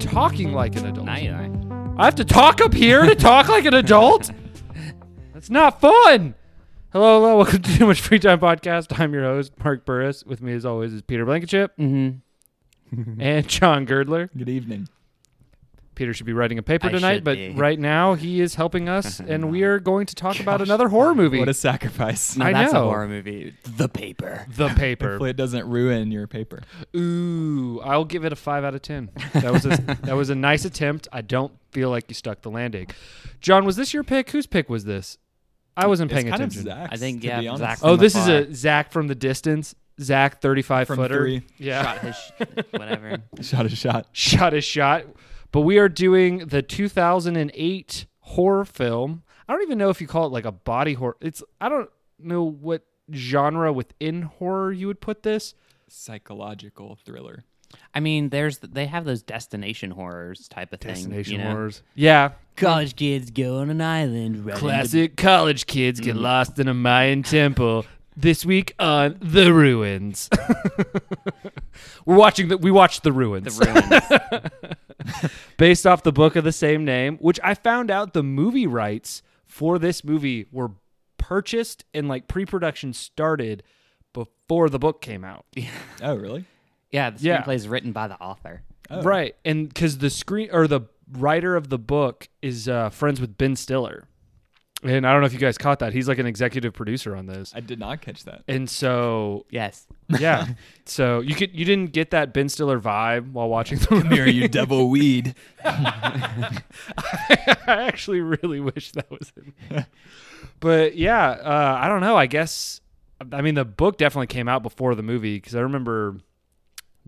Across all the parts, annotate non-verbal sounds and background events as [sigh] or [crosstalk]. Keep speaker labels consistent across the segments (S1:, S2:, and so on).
S1: talking like an adult.
S2: Now you are.
S1: I have to talk up here to talk like an
S2: [laughs]
S1: adult? That's not fun. Hello, hello. [laughs] Welcome to Too Much Free Time Podcast. I'm your host, Mark Burris. With me, as always, is Peter Blankenship
S2: Mm-hmm.
S1: and John Girdler.
S3: Good evening.
S1: Peter should be writing a paper
S2: I
S1: tonight,
S2: should
S1: but
S2: be.
S1: right now he is helping
S2: [laughs]
S1: us, and we are going to talk about another horror movie.
S3: What
S2: [laughs]
S3: a sacrifice.
S2: No,
S1: I
S2: that's
S1: know.
S2: a horror movie. The Paper.
S1: the paper.
S3: Hopefully, it doesn't ruin your paper.
S1: Ooh, I'll give it a five out of ten. That
S2: [laughs]
S1: was a, that was a nice attempt. I don't feel like you stuck the landing. John, was this your pick? Whose pick was this? I wasn't paying
S3: it's kind
S1: attention.
S3: of Zach's,
S2: I think,
S3: to
S2: yeah,
S3: be honest.
S2: Zach-
S1: oh,
S2: from
S1: this
S2: afar.
S1: is a Zach from the distance. Zach, thirty-five
S3: From
S1: footer.
S3: three. [laughs]
S1: Yeah,
S2: [laughs] Shot his sh- whatever.
S3: Shot a shot.
S1: shot is shot. But we are doing the 2008 horror film. I don't even know if you call it like a body horror. It's I don't know what genre within horror you would put this.
S3: Psychological thriller.
S2: I mean, there's they have those destination horrors type of thing. you know?
S1: Yeah.
S2: College kids go on an island. right in the-
S1: Classic college kids get lost in a Mayan temple. This week on The Ruins. [laughs] We're watching the we watched The Ruins.
S2: The ruins.
S1: [laughs] based off the book of the same name, which I found out the movie rights for this movie were purchased and like pre-production started before the book came out.
S3: Oh, really?
S2: yeah, the
S1: Yeah.
S2: screenplay is written by the author.
S3: Oh.
S1: Right. And cuz the screen or the writer of the book is uh, friends with Ben Stiller. And I don't know if you guys caught that. He's like an executive producer on this.
S3: I did not
S1: [laughs]
S3: catch that.
S1: And so,
S2: Yes.
S1: yeah. so you could you didn't get that Ben Stiller vibe while watching the movie. [laughs]
S3: Here, [laughs] you devil weed.
S1: I actually really wish that was in there. but yeah, uh, I don't know. I guess I mean the book definitely came out before the movie because I remember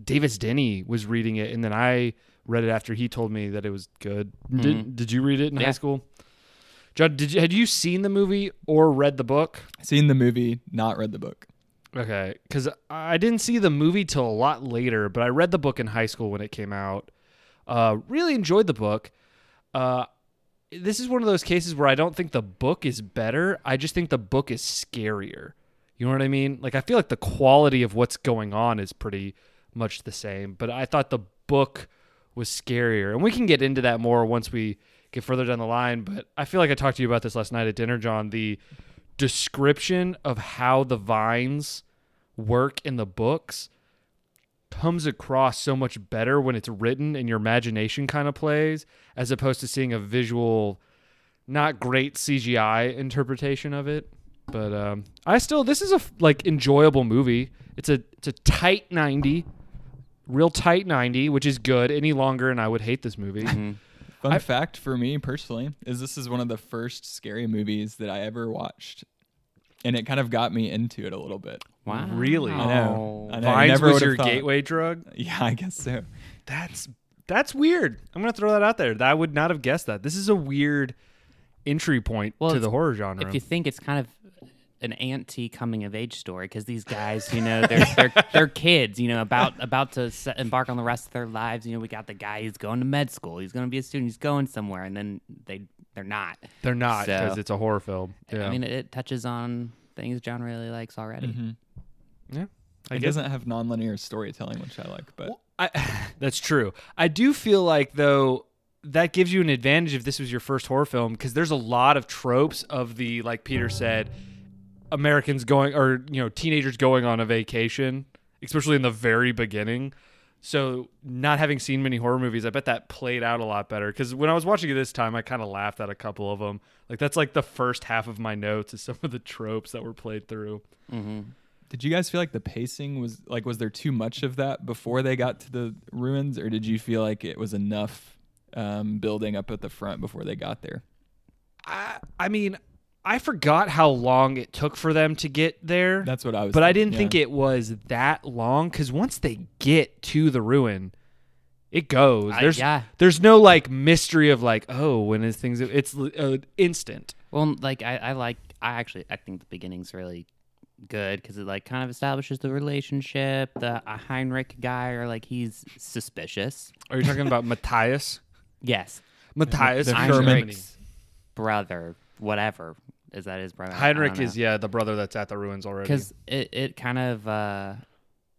S1: Davis Denny was reading it, and then I read it after he told me that it was good. Did Did you read it in
S2: Yeah.
S1: high school? John, did you had you seen the movie or read the book?
S3: Seen the movie, not read the book.
S1: Okay, because I didn't see the movie till a lot later, but I read the book in high school when it came out. Uh, really enjoyed the book. Uh, this is one of those cases where I don't think the book is better. I just think the book is scarier. You know what I mean? Like I feel like the quality of what's going on is pretty much the same, but I thought the book was scarier. And we can get into that more once we get further down the line, but I feel like I talked to you about this last night at dinner, John, the description of how the vines work in the books comes across so much better when it's written and your imagination kind of plays as opposed to seeing a visual not great CGI interpretation of it but um I still this is a f- like enjoyable movie it's a it's a tight 90 real tight 90 which is good any longer and I would hate this movie
S3: Fun fact for me personally is this is one of the first scary movies that I ever watched. And it kind of got me into it a little bit.
S2: Wow.
S1: Really?
S3: I know. I know.
S1: Oh, Vines
S3: Never
S1: was
S3: would've
S1: your
S3: thought-
S1: gateway drug
S3: [laughs] Yeah, I guess so.
S1: That's that's weird. I'm gonna throw that out there. I would not have guessed that. This is a weird entry point
S2: Well,
S1: to
S2: it's-
S1: the horror genre.
S2: If you think it's kind of an anti coming of age story, because these guys, you know, they're, they're they're kids, you know, about about to se- embark on the rest of their lives. You know, we got the guy who's going to med school, he's going to be a student, he's going somewhere, and then they they're not.
S1: They're not
S2: So-
S1: because it's a horror film. Yeah,
S2: I mean, it, it touches on things John really likes already.
S1: yeah. I
S3: It
S1: guess
S3: doesn't have nonlinear storytelling, which I like, but
S1: I, [laughs] that's true. I do feel like though that gives you an advantage if this was your first horror film because there's a lot of tropes of the like Peter said, Americans going or you know teenagers going on a vacation, especially in the very beginning. So not having seen many horror movies, I bet that played out a lot better. Because when I was watching it this time, I kind of laughed at a couple of them. Like that's like the first half of my notes is some of the tropes that were played through.
S3: Did you guys feel like the pacing was like was there too much of that before they got to the ruins, or did you feel like it was enough um, building up at the front before they got there?
S1: I, I mean, I forgot how long it took for them to get there.
S3: That's what I was.
S1: But I didn't think it was that long because once they get to the ruin, it goes.
S2: I-
S1: There's
S2: yeah.
S1: there's no like mystery of like oh when is things it's uh, instant.
S2: Well, like I, I like I actually I think the beginning's really good because it like kind of establishes the relationship. The uh, Heinrich guy, or like he's suspicious.
S1: Are you talking about [laughs] Matthias?
S2: Yes,
S1: Matthias
S3: the
S1: from
S3: German-
S1: Germany.
S2: Heinrich's brother, whatever is that his brother?
S1: Heinrich is yeah the brother that's at the ruins already.
S2: because it, it kind of uh,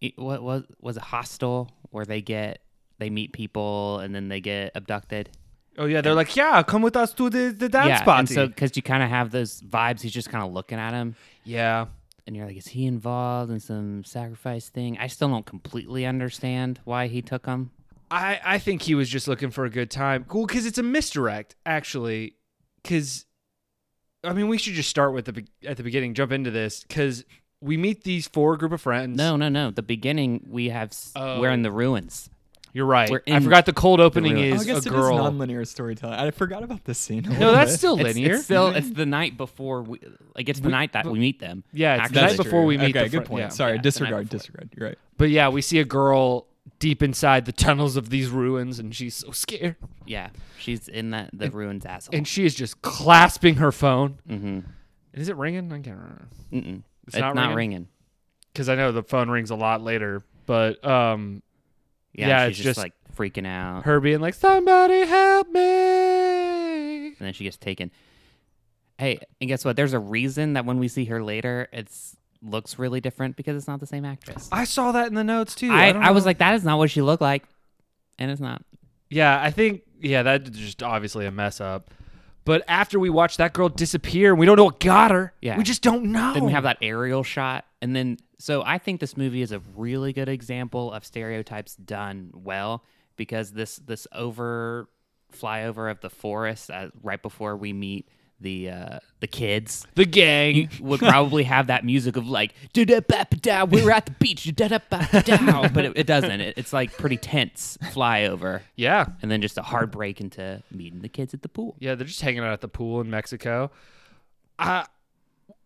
S2: it, what was was it hostile where they get they meet people and then they get abducted.
S1: Oh yeah, they're like, yeah, come with us to the, the dance
S2: yeah, and
S1: party.
S2: so because you kind of have those vibes, he's just kind of looking at him,
S1: yeah,
S2: and you're like, is he involved in some sacrifice thing? I still don't completely understand why he took him.
S1: I I think he was just looking for a good time. Cool, because it's a misdirect actually. Because, I mean, we should just start with the be- at the beginning, jump into this because we meet these four group of friends.
S2: No, no, no. The beginning we have s
S1: Oh.
S2: we're in the ruins.
S1: you're right.
S2: We're
S1: I
S2: in
S1: forgot the cold opening
S2: room.
S3: Oh,
S1: is
S3: I guess
S1: a
S3: it
S1: girl.
S3: is nonlinear storytelling. I forgot about this scene. a
S1: no,
S3: little
S1: that's
S3: bit. [laughs]
S1: still
S2: It's,
S1: linear.
S2: it's still it's the night before we like it's the night that we meet them.
S1: yeah, it's the
S2: Actually,
S1: night before we meet.
S3: Okay,
S1: the
S3: good
S1: fri-
S3: point.
S1: yeah.
S2: yeah,
S3: Sorry,
S2: the night
S3: disregard,
S2: before.
S3: disregard. You're right.
S1: But yeah, we see a girl deep inside the tunnels of these ruins, and she's so scared.
S2: Yeah, she's in that the ruins asshole.
S1: And she is just clasping her phone.
S2: mm-hmm.
S1: Is it ringing? I can't remember.
S2: Mm-mm. It's,
S1: not
S2: not,
S1: ringing?
S2: ringing.
S1: Because I know the phone rings a lot later. But um,
S2: Yeah,
S1: Yeah,
S2: she's
S1: it's
S2: just,
S1: just-
S2: like freaking out,
S1: her being like, somebody help me.
S2: and then she gets taken. Hey, and guess what? There's a reason that when we see her later, it's looks really different because it's not the same actress.
S1: I saw that in the notes too.
S2: I,
S1: don't
S2: I, was
S1: know.
S2: like, that is not what she looked like, and it's not.
S1: yeah, I think, yeah, that's just obviously a mess up. But after we watch that girl disappear and we don't know what got her,
S2: Yeah.
S1: we just don't know.
S2: Then we have that aerial shot, and then so I think this movie is a really good example of stereotypes done well because this this over flyover of the forest uh, right before we meet the uh,
S1: [laughs]
S2: the kids
S1: the gang.
S2: would probably have that music of like da da ba ba da we're at the beach da da ba
S1: [laughs]
S2: ba da but it, it doesn't it, it's like pretty tense flyover
S1: yeah.
S2: and then just a hard break into meeting the kids at the pool
S1: Yeah, they're just hanging out at the pool in Mexico. Uh,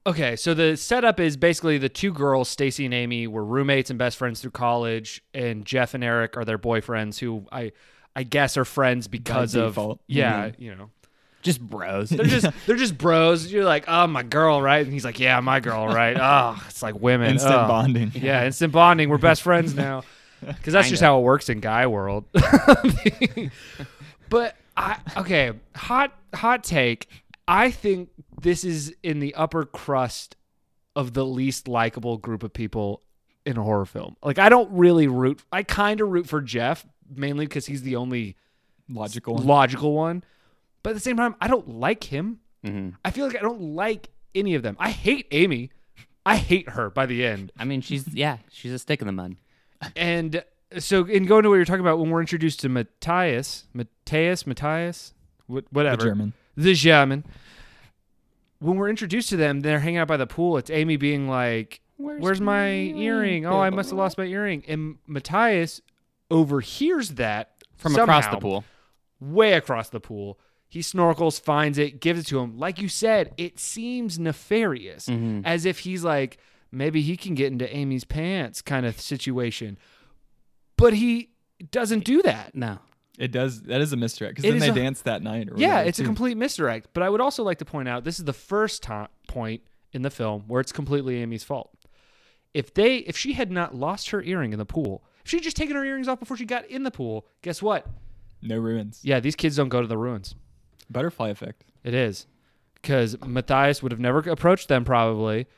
S1: okay, so the setup is basically the two girls, Stacy and Amy, were roommates and best friends through college, and Jeff and Eric are their boyfriends who I I guess are friends because of
S3: default.
S1: yeah, you know.
S2: just bros
S1: They're just they're just bros. You're like, "Oh, my girl, right?" And he's like, "Yeah, my girl, right?"
S3: [laughs]
S1: Oh, it's like women.
S3: Instant
S1: oh.
S3: bonding.
S1: Yeah, instant bonding. We're best friends now. Because that's just
S2: Kinda.
S1: how it works in guy world. [laughs] but I okay, hot hot take. I think this is in the upper crust of the least likable group of people in a horror film. Like I don't really root. I kind of root for Jeff mainly because he's the only
S3: [laughs] Logical.
S1: logical one. But at the same time, I don't like him.
S2: Mhm.
S1: I feel like I don't like any of them. I hate Amy. I hate her by the end.
S2: i mean she's yeah she's a stick in the mud
S1: And so, in going to what you're talking about, when we're introduced to Matthias, Matthias, Matthias, wh-
S3: the
S1: whatever,
S3: German.
S1: the German. When we're introduced to them, they're hanging out by the pool. It's Amy being like, "Where's, my earring? Oh, I must have lost my earring." And Matthias overhears that
S2: from across
S1: somehow,
S2: the pool
S1: way across the pool. He snorkels, finds it, gives it to him. Like you said, it seems nefarious, as if he's like, maybe he can get into Amy's pants kind of situation. But he doesn't do that.
S2: no
S3: It does. That is a misdirect because
S1: It
S3: then
S1: is
S3: they
S1: a-
S3: dance that night. Or
S1: Yeah,
S3: whatever,
S1: it's a
S3: too.
S1: complete misdirect. But I would also like to point out this is the first time, point in the film where it's completely Amy's fault. If they, if she had not lost her earring in the pool, if she had just taken her earrings off before she got in the pool, guess what?
S3: no ruins.
S1: Yeah, these kids don't go to the ruins.
S3: Butterfly effect.
S1: It is. Because Matthias would have never approached them, probably.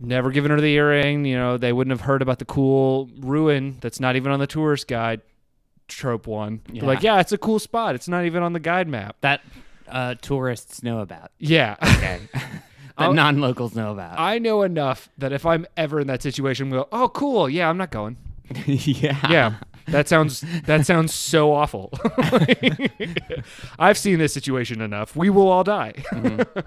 S1: Never given her the earring. You know, they wouldn't have heard about the cool ruin that's not even on the tourist guide trope one. They're
S2: Yeah.
S1: Like, yeah, it's a cool spot. It's not even on the guide map.
S2: that uh, tourists know about
S1: Yeah.
S2: okay
S1: I'll-
S2: that non-locals know
S1: [laughs]
S2: about
S1: I know enough that if I'm ever in that situation, I'm go, oh, cool. Yeah, I'm not going.
S2: [laughs] yeah
S1: Yeah.
S3: [laughs]
S1: That sounds that sounds so awful. I've seen this situation enough. We will all die.
S3: Mm-hmm.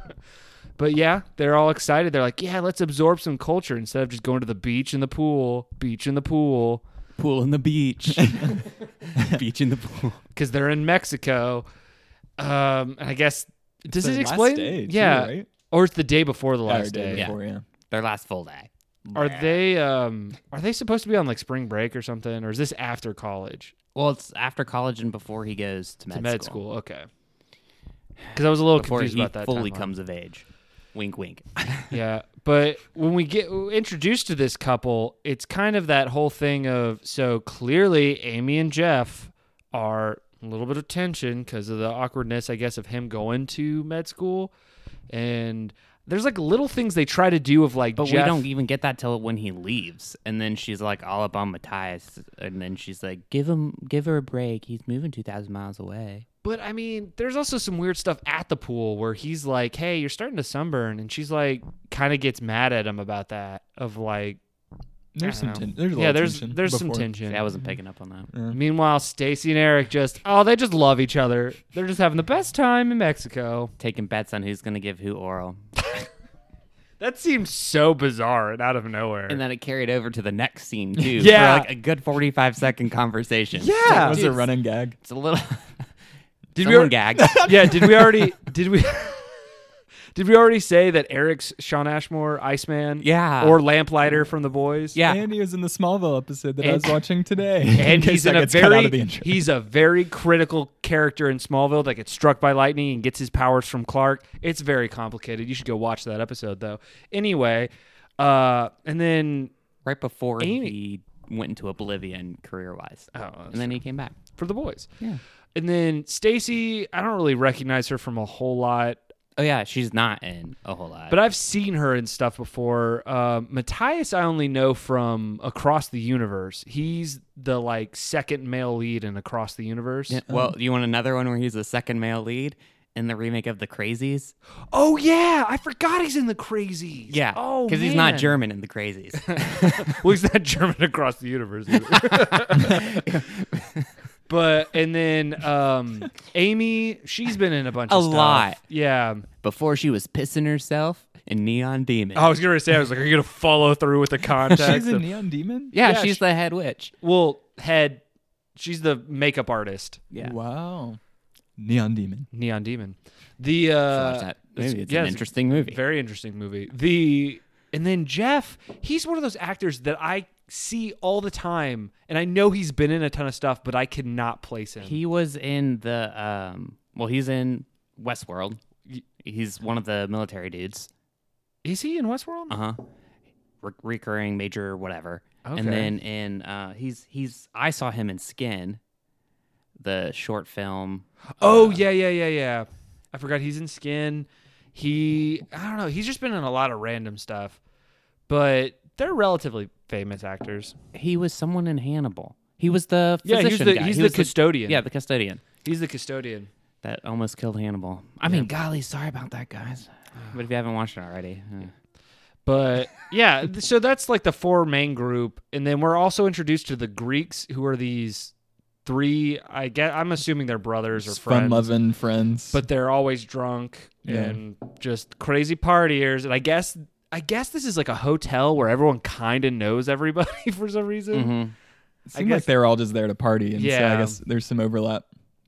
S1: [laughs] but yeah, they're all excited. They're like, "Yeah, let's absorb some culture instead of just going to the beach and the pool, beach and the pool."
S2: pool in the [laughs] beach beach in the pool
S1: Because they're in Mexico. Um, and I guess does
S3: Their
S1: it
S3: last
S1: explain?
S3: day, too,
S1: yeah,
S3: right?
S1: or it's the day before the
S3: Yeah, or
S1: last
S3: day
S1: day.
S3: before, yeah.
S2: their last full day
S1: Are they um are they supposed to be on like spring break or something, or is this after college?
S2: Well, it's after college and before he goes to med,
S1: To med school, okay. Because I was a little
S2: Before
S1: confused
S2: he
S1: about that.
S2: fully
S1: timeline.
S2: comes of age. Wink, wink.
S1: [laughs] Yeah, but when we get introduced to this couple, it's kind of that whole thing of so clearly Amy and Jeff are a little bit of tension because of the awkwardness, I guess, of him going to med school, and there's like little things they try to do of like
S2: But we
S1: Jeff-
S2: don't even get that till when he leaves, and then she's like all up on Matthias, and then she's like, "Give him, give her a break. He's moving two thousand miles away."
S1: But I mean, there's also some weird stuff at the pool where he's like, "Hey, you're starting to sunburn," and she's like, kind of gets mad at him about that. Of like,
S3: There's
S1: I don't
S3: some
S1: know.
S3: ten- there's a
S1: yeah,
S3: little
S1: there's
S3: tension
S1: there's some
S3: before.
S1: tension.
S2: See, I wasn't picking up on that.
S1: Meanwhile, Stacy and Eric just oh, they just love each other. They're just having the best time in Mexico.
S2: Taking bets on who's gonna give who oral,
S1: That seems so bizarre and out of nowhere.
S2: and then it carried over to the next scene too.
S1: Yeah.
S2: for like a good forty-five second conversation.
S1: yeah,
S3: That was a running gag.
S2: it's
S1: [laughs]
S2: a little.
S1: did
S2: someone
S1: we? [laughs]
S2: gagged.
S1: al- yeah, did we already? [laughs] Did we? did we already say that Eric's Sean Ashmore, Iceman,
S2: Yeah.
S1: or Lamplighter from The Boys?
S2: Yeah.
S3: And he was in the Smallville episode that I was
S1: And-
S3: watching
S1: [laughs]
S3: today.
S1: and
S3: In
S1: he's
S3: case that
S1: in a
S3: gets cut out of the
S1: very
S3: intro.
S1: he's a very critical character in Smallville that gets struck by lightning and gets his powers from Clark. It's very complicated. You should go watch that episode though. Anyway, uh, and then
S2: right before
S1: Amy-
S2: he went into oblivion career wise.
S1: Oh, that's
S2: and then he came back.
S1: for the boys,
S2: Yeah.
S1: and then Stacy, I don't really recognize her from a whole lot,
S2: Oh yeah, she's not in a whole lot.
S1: but I've seen her in stuff before. Uh, Matthias, I only know from Across the Universe. He's the like second male lead in Across the Universe.
S2: Yeah, well, you want another one where he's the second male lead in the remake of The Crazies?
S1: Oh yeah, I forgot he's in the Crazies.
S2: Yeah.
S1: [gasps] oh
S2: because he's not
S1: man.
S2: German in
S1: [laughs]
S2: The Crazies.
S1: well, he's not German across the universe. [laughs] either. but and then um, Amy, she's been in a bunch
S2: A
S1: of stuff.
S2: lot.
S1: Yeah,
S2: Before she was pissing herself in Neon Demon.
S1: I was gonna say, I was like, are you gonna follow through
S2: [laughs]
S1: with the context?
S3: She's a
S1: of-
S3: neon demon.
S2: yeah,
S1: yeah,
S2: she's
S1: she-
S2: the head witch.
S1: well, head, she's the makeup artist,
S2: Yeah.
S3: Wow. Neon demon.
S1: Neon Demon. The
S2: So
S1: uh,
S2: watch that movie. It's
S1: yeah,
S2: an interesting movie.
S1: Very interesting movie. The and then Jeff, he's one of those actors that I see all the time, and I know he's been in a ton of stuff, but I cannot place him.
S2: He was in the um well, he's in Westworld. He's one of the military dudes.
S1: Is he in Westworld?
S2: Uh huh. Re- recurring major whatever.
S1: Uh-huh. Okay.
S2: And then in uh he's he's I saw him in Skin, the short film.
S1: Oh yeah, yeah, yeah, yeah. I forgot he's in Skin. He, I don't know. He's just been in a lot of random stuff, but they're relatively famous actors.
S2: He was someone in Hannibal. He was the
S1: Yeah,
S2: physician
S1: he's the-
S2: guy.
S1: he's
S2: He
S1: the
S2: was
S1: custodian.
S2: yeah, the custodian
S1: He's the custodian.
S2: that almost killed Hannibal. I mean, golly, sorry about that, guys.
S1: [sighs]
S2: But if you haven't watched it already, uh,
S1: But yeah, th- so that's like the four main group, and then we're also introduced to the Greeks, who are these three. I guess I'm assuming they're brothers or
S3: Fun
S1: friends.
S3: loving friends.
S1: but they're always drunk
S3: Yeah.
S1: and just crazy partiers. And I guess I guess this is like a hotel where everyone kind of knows everybody [laughs] for some reason.
S2: mhm.
S3: it seemed
S1: guess-
S3: like they were all just there to party, and so
S1: Yeah.
S3: I guess there's some overlap,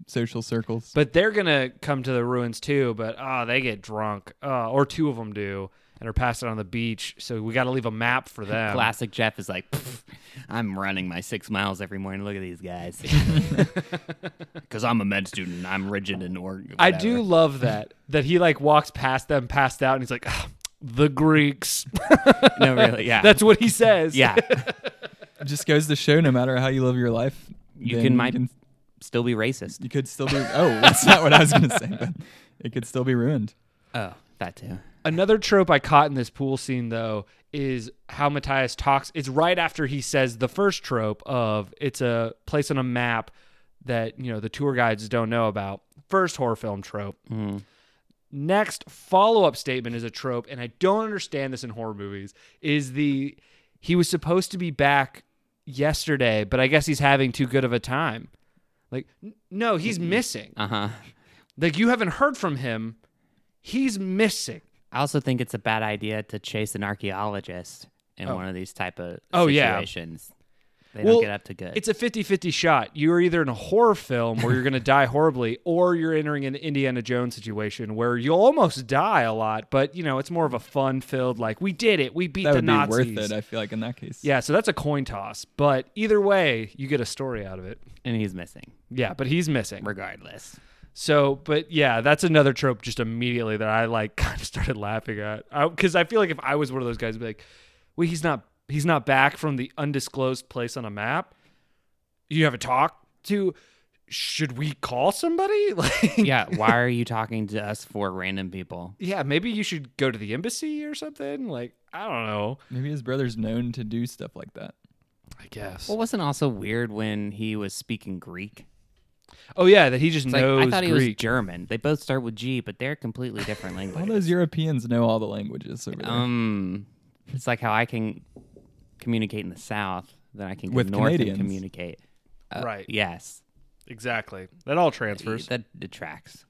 S3: social circles.
S1: But they're gonna come to the ruins too. But ah, they get drunk, uh, or two of them do, and are passed out on the beach. So we got to leave a map for them.
S2: classic Jeff is like, "Pff, I'm running my six miles every morning. Look at these [laughs] guys. Because I'm a med student. and I'm rigid and or
S1: I
S2: [laughs]
S1: do love that that he like walks past them, passed out, and he's like, "Ah, the Greeks. [laughs]
S2: No, really, yeah.
S1: That's what he says.
S2: [laughs] yeah.
S3: It just goes to show, no matter how you live your life,
S2: You
S3: then
S2: can might still be racist.
S3: you could still be. Oh, that's not what I was gonna say. But it could still be ruined.
S2: Oh, that too.
S1: Another trope I caught in this pool scene though is how Matthias talks. It's right after he says the first trope of it's a place on a map that you know the tour guides don't know about. First horror film trope. Next follow up statement is a trope, and I don't understand this in horror movies. Is the he was supposed to be back yesterday, but I guess he's having too good of a time. Like n- no, he's missing.
S2: Uh huh.
S1: Like you haven't heard from him. He's missing.
S2: I also think it's a bad idea to chase an archaeologist in one of these type of
S1: Oh, yeah.
S2: situations. They don't get up to good.
S1: It's a 50-50 shot. You're either in a horror film where you're going to
S3: [laughs]
S1: die horribly or you're entering an Indiana Jones situation where you'll almost die a lot, but you know, it's more of a fun-filled like we did it. We beat
S3: That
S1: the
S3: would
S1: Nazis.
S3: be worth it. I feel like in that case.
S1: yeah, so that's a coin toss, but either way, you get a story out of it.
S2: and he's missing,
S1: Yeah, but he's missing.
S2: [laughs] regardless.
S1: So, but yeah, that's another trope just immediately that I like [laughs] kind of started laughing at because I, feel like if I was one of those guys, I'd be like, "Wait, he's not he's not back from the undisclosed place on a map. You have a talk to should we call somebody? [laughs] Like,
S2: yeah, why are you talking to us for random people?
S1: yeah, maybe you should go to the embassy or something. Like, I don't know.
S3: Maybe his brother's known to do stuff like that.
S1: I guess.
S2: Well, wasn't also weird when he was speaking Greek.
S1: oh yeah, that he just
S2: It's like
S1: knows
S2: I thought he was
S1: Greek.
S2: German. They both start with G, but they're
S1: [laughs]
S2: completely different
S3: All
S2: languages.
S3: those Europeans know all the languages over there.
S2: Um, it's like how I can communicate in the South, then I can go
S3: With
S2: north
S3: Canadians.
S2: and communicate. Uh,
S1: Right.
S2: Yes.
S1: exactly. That all transfers.
S2: That detracts.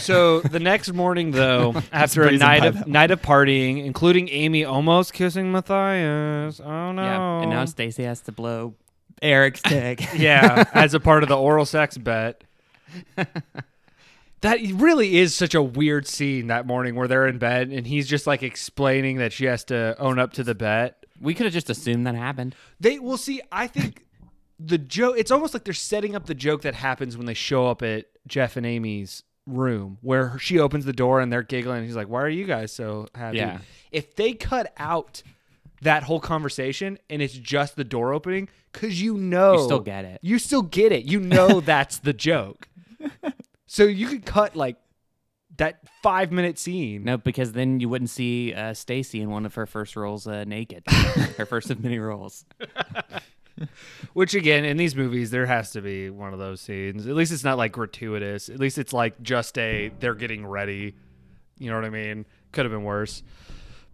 S1: So the next morning, though, after a
S3: breezing
S1: night
S3: by
S1: of
S3: that
S1: night of partying, including Amy almost kissing Matthias. Oh no!
S2: Yeah. And now Stacy has to blow
S1: [laughs]
S2: Eric's dick. [laughs]
S1: yeah, as a part of the oral sex bet. [laughs] That really is such a weird scene that morning where they're in bed and he's just like explaining that she has to own up to the bet.
S2: we could have just assumed that happened.
S1: They will see. I think the joke. It's almost like they're setting up the joke that happens when they show up at Jeff and Amy's room, where she opens the door and they're giggling. And he's like, "Why are you guys so happy?"
S2: Yeah.
S1: If they cut out that whole conversation and it's just the door opening, because you know
S2: still get it.
S1: You still get it. You
S2: [laughs]
S1: know that's the joke. So you could cut like that five minute scene.
S2: No, because then you wouldn't see uh, Stacy in one of her first roles uh, naked.
S1: [laughs]
S2: her first of many roles.
S1: Which again, in these movies, there has to be one of those scenes. At least it's not like gratuitous. At least it's like just a they're getting ready. You know what I mean? Could have been worse.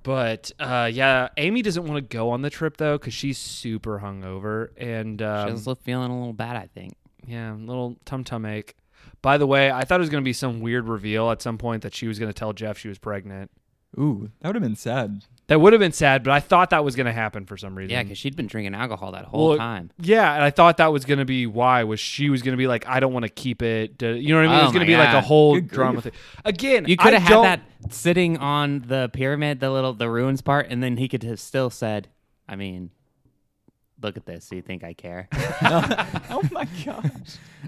S1: But uh, yeah, Amy doesn't want to go on the trip though because she's super hungover and
S2: She
S1: um,
S2: was li- feeling a little bad, I think.
S1: yeah, little tum tum ache. By the way, I thought it was going to be some weird reveal at some point that she was going to tell Jeff she was pregnant.
S3: Ooh, that would have been sad.
S1: That would have been sad, but I thought that was going to happen for some reason.
S2: Yeah, because she'd been drinking alcohol that whole
S1: um, Well,
S2: time.
S1: Yeah, and I thought that was gonna be why was she was gonna be like, I don't want to keep it. duh, You know what I mean? it
S2: Oh
S1: was gonna
S2: my
S1: be like a
S2: God.
S1: whole
S3: Good
S1: drama thing. Again,
S2: You could
S1: I
S2: have had
S1: don't-
S2: that sitting on the pyramid, the little the ruins part, and then he could have still said, "I mean, look at this. Do you think I care?"
S3: oh my gosh.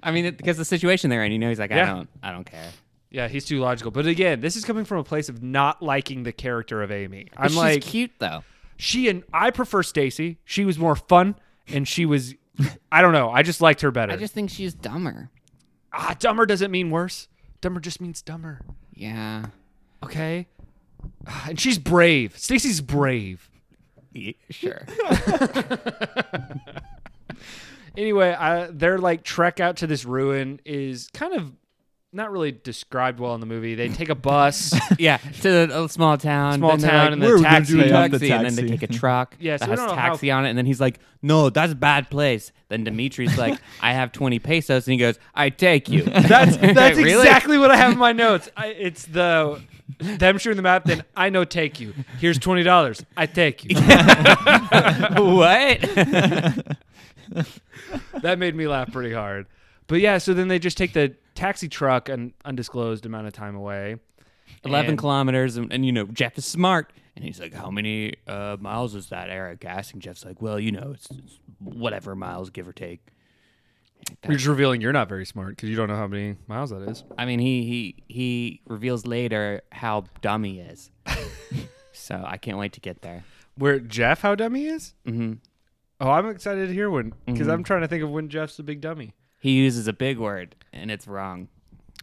S2: I mean, it- because the situation they're in, you know, he's like, "I
S1: Yeah.
S2: don't, I don't care."
S1: Yeah, he's too logical. But again, this is coming from a place of not liking the character of Amy.
S2: But
S1: I'm like
S2: she's cute though.
S1: she and I prefer Stacy. She was more fun, and she was. I don't know. I just liked her better.
S2: I just think she's dumber.
S1: ah, dumber doesn't mean worse. Dumber just means dumber.
S2: Yeah.
S1: Okay. And she's brave. Stacy's brave.
S2: [laughs] Sure.
S1: anyway, I, their like trek out to this ruin is kind of not really described well in the movie. They take a [laughs] bus.
S2: yeah, to a small town,
S1: Small
S2: then they're
S1: town,
S2: like,
S1: and then
S2: "We're gonna
S1: taxi."
S2: do a
S3: They have the
S2: taxi, and then they
S3: taxi.
S2: take a truck
S1: Yeah, so
S2: that
S1: we
S2: has
S1: don't know how-
S2: taxi on it, and then he's like, "No, that's a bad place."
S1: [laughs]
S2: Then Dimitri's like, "I have twenty pesos," and he goes, "I take
S1: [laughs]
S2: you." [laughs]
S1: That's that's
S2: Really?
S1: exactly what I have in my notes. I, it's the them shooting the map. Then I know take you. Here's twenty dollars. I take [laughs] you.
S2: what? [laughs]
S1: that made me laugh pretty hard. But yeah, so then they just take the taxi truck an undisclosed amount of time away.
S2: 11
S1: And-
S2: kilometers. And, and, you know, Jeff is smart. And he's like, How many uh, miles is that, Eric? Asking Jeff's like, Well, you know, it's, it's whatever miles, give or take.
S1: You're just revealing you're not very smart because you don't know how many miles that is.
S2: I mean, he, he, he reveals later how dumb he
S1: [laughs]
S2: is. so I can't wait to get there.
S1: Where Jeff, how dumb he is?
S2: hmm
S1: Oh, I'm excited to hear when because I'm trying to think of when Jeff's a big dummy.
S2: He uses a big word and it's wrong.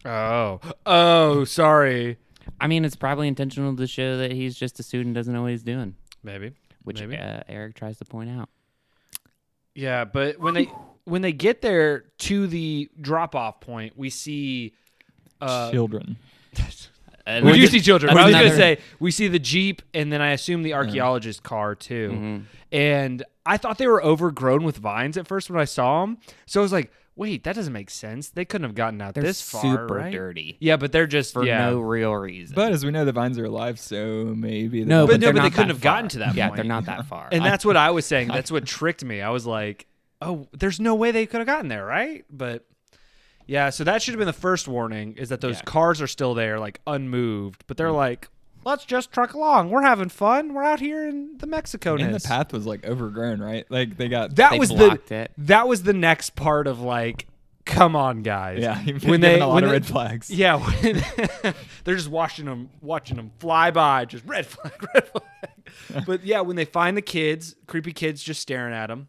S1: Oh, oh, sorry.
S2: I mean, it's probably intentional to show that he's just a student, doesn't know what he's doing,
S1: Maybe,
S2: which uh,
S1: Maybe.
S2: Eric tries to point out.
S1: Yeah, but when they when they get there to the drop off point, we see. Uh,
S3: Children.
S2: And
S1: we
S2: I
S1: do
S2: just-
S1: see children. but I was going to
S2: another-
S1: say we see the jeep, and then I assume the archaeologist car too. And I thought they were overgrown with vines at first when I saw them, so I was like, "Wait, that doesn't make sense. They couldn't have gotten out
S2: They're
S1: this far,
S2: super
S1: right?"
S2: dirty
S1: Yeah, but they're just
S2: for
S1: yeah.
S2: no real reason.
S3: But as we know, the vines are alive, so maybe.
S2: No,
S1: But
S2: but,
S1: no,
S2: they're
S1: but they
S2: not
S1: couldn't
S2: that
S1: have gotten
S2: far.
S1: to that
S2: Yeah,
S1: point.
S2: they're not that far.
S1: [laughs] And
S2: I-
S1: that's what I was saying.
S3: [laughs]
S1: That's what tricked me. I was like, oh, there's no way they could have gotten there, right? But yeah, so that should have been the first warning is that those
S2: Yeah.
S1: cars are still there, like unmoved, but
S3: Mm.
S1: they're like, let's just truck along. We're having fun. We're out here in the Mexico.
S3: And the path was like overgrown, right? Like they got
S1: That
S2: They
S1: was the
S2: blocked it.
S1: that was the next part of like, come on, guys.
S3: [laughs] Yeah, [laughs] you've been given a lot of red flags.
S1: Yeah, [laughs] when they're just watching them, watching them fly by, just red flag, [laughs] red flag. But yeah, when they find the kids, creepy kids just staring at them.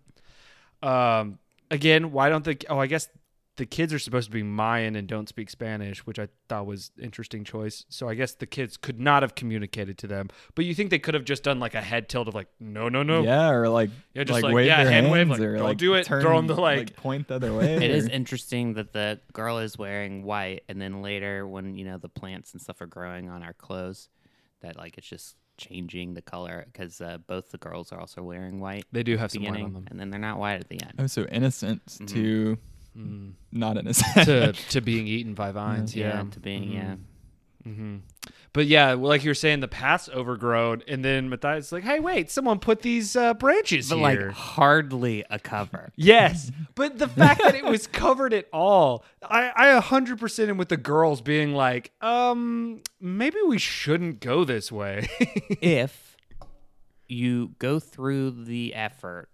S1: Um, again, why don't they? Oh, I guess the kids are supposed to be Mayan and don't speak Spanish, which I thought was interesting choice. So I guess the kids could not have communicated to them. But you think they could have just done like a head tilt of like, no, no, no.
S3: Yeah, or like
S1: Yeah, just like,
S3: wave
S1: yeah,
S3: their
S1: hand
S3: hands
S1: wave, like,
S3: or
S1: don't
S3: like
S1: do it,
S3: turn,
S1: throw 'em the, like-
S3: point the
S1: [laughs]
S3: other way.
S2: It is
S3: or-
S2: interesting that the girl is wearing white, and then later when you know the plants and stuff are growing on our clothes, that like it's just changing the color because uh, both the girls are also wearing white.
S1: They do have some white
S2: beginning,
S1: on them.
S2: and then they're not white at the end.
S3: oh, so innocent
S1: Mm-hmm.
S3: to
S1: Mm.
S3: not
S1: to [laughs]
S3: innocent.
S1: to being eaten by vines. Yeah.
S2: to being yeah.
S1: hmm But yeah, well, like you were saying, the path's overgrown, and then Matthias is like, "Hey, wait! Someone put these uh, branches
S2: But
S1: here."
S2: like hardly
S1: [laughs]
S2: a cover.
S1: Yes, but
S2: [laughs]
S1: the fact that it was covered at all, I, I 100% am with the girls being like, um, maybe we shouldn't go this way. [laughs]
S2: if you go through the effort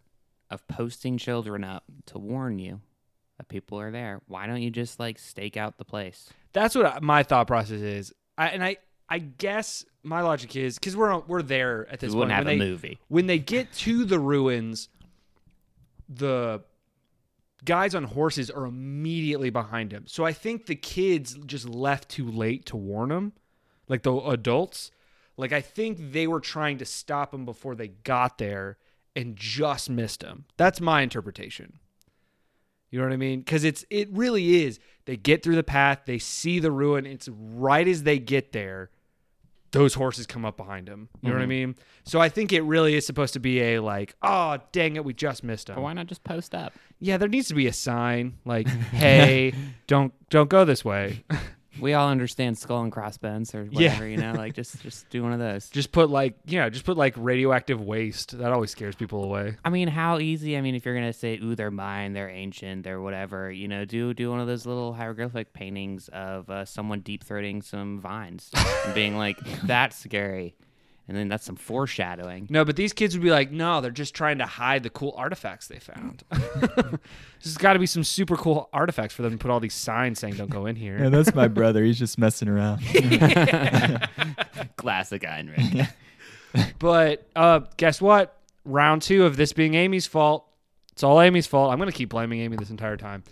S2: of posting children up to warn you that people are there, why don't you just like stake out the place?
S1: That's what I, my thought process is. I, and I, I guess my logic is because we're on- we're there at this
S2: We
S1: point.
S2: wouldn't have
S1: when
S2: a
S1: they-
S2: movie.
S1: when they get to the ruins, the guys on horses are immediately behind him. So I think the kids just left too late to warn him, like the adults. Like I think they were trying to stop him before they got there and just missed him. That's my interpretation. You know what I mean? Because it's it really is. They get through the path, they see the ruin. It's right as they get there, those horses come up behind him. You know what I mean? So I think it really is supposed to be a like, oh dang it, we just missed
S2: But
S1: him.
S2: why not just post up?
S1: Yeah, there needs to be a sign like, hey, don't don't go this way.
S2: We all understand skull and crossbones or whatever, you know, like just just do one of those.
S1: just put like yeah, just put like radioactive waste. That always scares people away.
S2: I mean, how easy? I mean, if you're gonna say, "Ooh, they're mine, they're ancient, they're whatever," you know, do do one of those little hieroglyphic paintings of uh, someone deep throating some vines, and
S1: [laughs]
S2: being like, "That's scary," and then that's some
S1: [laughs]
S2: foreshadowing.
S1: No, but these kids would be like, no, they're just trying to hide the cool artifacts they found. [laughs] There's got to be some super cool artifacts for them to put all these signs saying don't go in here.
S3: [laughs] yeah, that's my brother. He's just
S1: [laughs]
S3: messing around.
S2: Classic Heinrich.
S1: But uh, guess what? Round two of this being Amy's fault. It's all Amy's fault. I'm going to keep blaming Amy this entire time.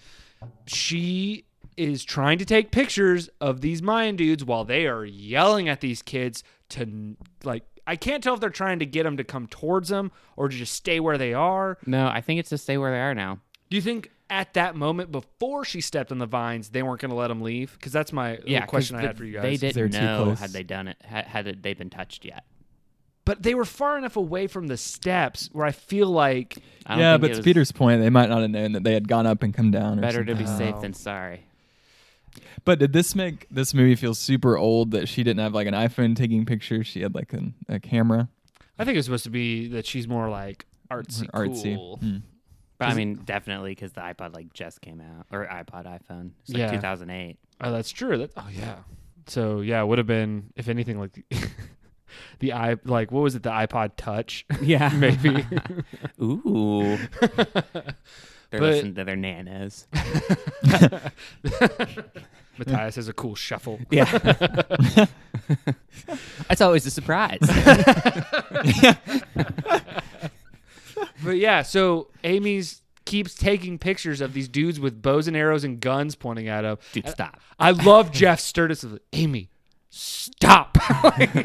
S1: She is trying to take pictures of these Mayan dudes while they are yelling at these kids to, like, I can't tell if they're trying to get them to come towards them or to just stay where they are.
S2: [laughs] no, I think it's to stay where they are now.
S1: Do you think at that moment before she stepped on the vines, they weren't going to let them leave? Because that's my little
S2: 'cause
S1: question I
S2: the-
S1: had for you guys.
S2: They
S3: They're
S2: didn't
S3: too
S2: know
S3: close.
S2: had they done it, had, had it, they been touched yet.
S1: But they were far enough away from the steps where I feel like
S2: I don't
S3: yeah,
S2: think
S3: but
S2: it
S3: to
S2: was
S3: Peter's point, they might not have known that they had gone up and come down. Or
S2: better to be
S3: something.
S2: safe
S1: Oh.
S2: than sorry.
S3: But did this make this movie feel super old that she didn't have like an iPhone taking pictures? She had like an, a camera.
S1: I think it was supposed to be that she's more like artsy,
S3: Artsy.
S1: cool.
S3: Mm.
S2: But I mean, definitely because the iPod like just came out, or iPod iPhone, it's like
S1: Yeah. [laughs]
S2: 2008.
S1: Oh, that's true. That, oh yeah. So yeah, it would have been if anything like the, [laughs] the i like what was it the iPod Touch [laughs]
S2: [laughs] Yeah,
S1: maybe. [laughs]
S2: Ooh. They're
S1: But-
S2: listening to
S1: [laughs]
S2: their nanas.
S1: Matthias has a cool shuffle.
S2: Yeah. [laughs] That's always
S1: [laughs]
S2: a surprise.
S1: [laughs] But yeah, so Amy's keeps taking pictures of these dudes with bows and arrows and guns pointing at him.
S2: Dude, stop.
S1: I love Jeff Sturtis. of, Amy, stop. [laughs]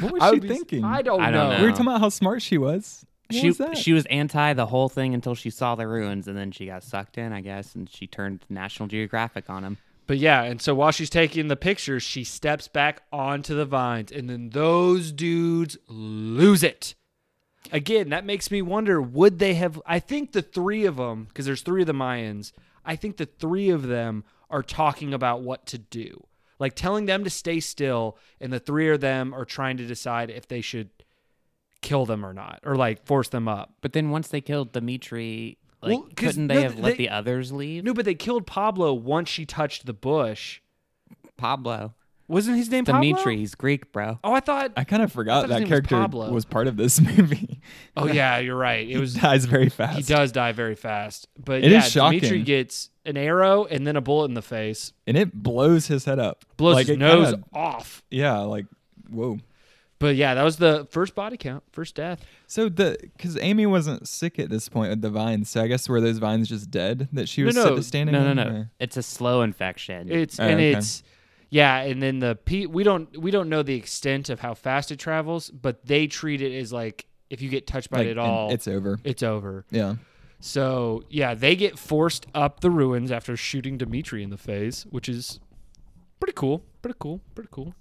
S3: What was
S1: I
S3: she
S1: would be-
S3: thinking?
S1: I don't,
S2: I don't
S1: know.
S3: We were
S2: know.
S3: talking about how smart she was. What
S2: She
S3: was that?
S2: she was anti the whole thing until she saw the ruins and then she got sucked in, I guess, and she turned National Geographic on him.
S1: But yeah, and so while she's taking the pictures, she steps back onto the vines, and then those dudes lose it. Again, that makes me wonder would they have. I think the three of them, because there's three of the Mayans, I think the three of them are talking about what to do. Like telling them to stay still, and the three of them are trying to decide if they should kill them or not, or like force them up.
S2: But then once they killed Dimitri, like
S1: Well, 'cause
S2: couldn't they
S1: no,
S2: have let
S1: they-
S2: the others leave?
S1: No, but they killed Pablo once she touched the bush.
S2: Pablo.
S1: Wasn't his name Pablo?
S2: Dimitri, he's Greek, bro.
S1: Oh, I thought.
S3: I kind of
S1: I
S3: forgot
S1: thought his
S3: that
S1: name was
S3: character
S1: Pablo.
S3: was part of this [laughs] movie.
S1: Oh yeah, you're right. It was
S3: dies very fast.
S1: he does die very fast. But
S3: It
S1: yeah,
S3: is shocking.
S1: Dimitri gets an arrow and then a bullet in the face,
S3: and it blows his head up.
S1: blows
S3: Like,
S1: his
S3: it
S1: nose
S3: kinda-
S1: off.
S3: yeah, like whoa.
S1: But yeah, that was the first body count, first death.
S3: So the because Amy wasn't sick at this point with the vines, so I guess were those vines just dead that she was
S1: no,
S3: sit- standing?
S2: No, no,
S3: on,
S2: no.
S3: or-
S2: It's a slow infection.
S1: It's
S3: Oh,
S1: and
S3: okay.
S1: it's yeah, and then the pe- we don't we don't know the extent of how fast it travels, but they treat it as like if you get touched by
S3: Like,
S1: it at
S3: and
S1: all,
S3: It's over.
S1: it's over.
S3: Yeah.
S1: So yeah, they get forced up the ruins after shooting Dimitri in the face, which is pretty cool. Pretty cool. Pretty cool.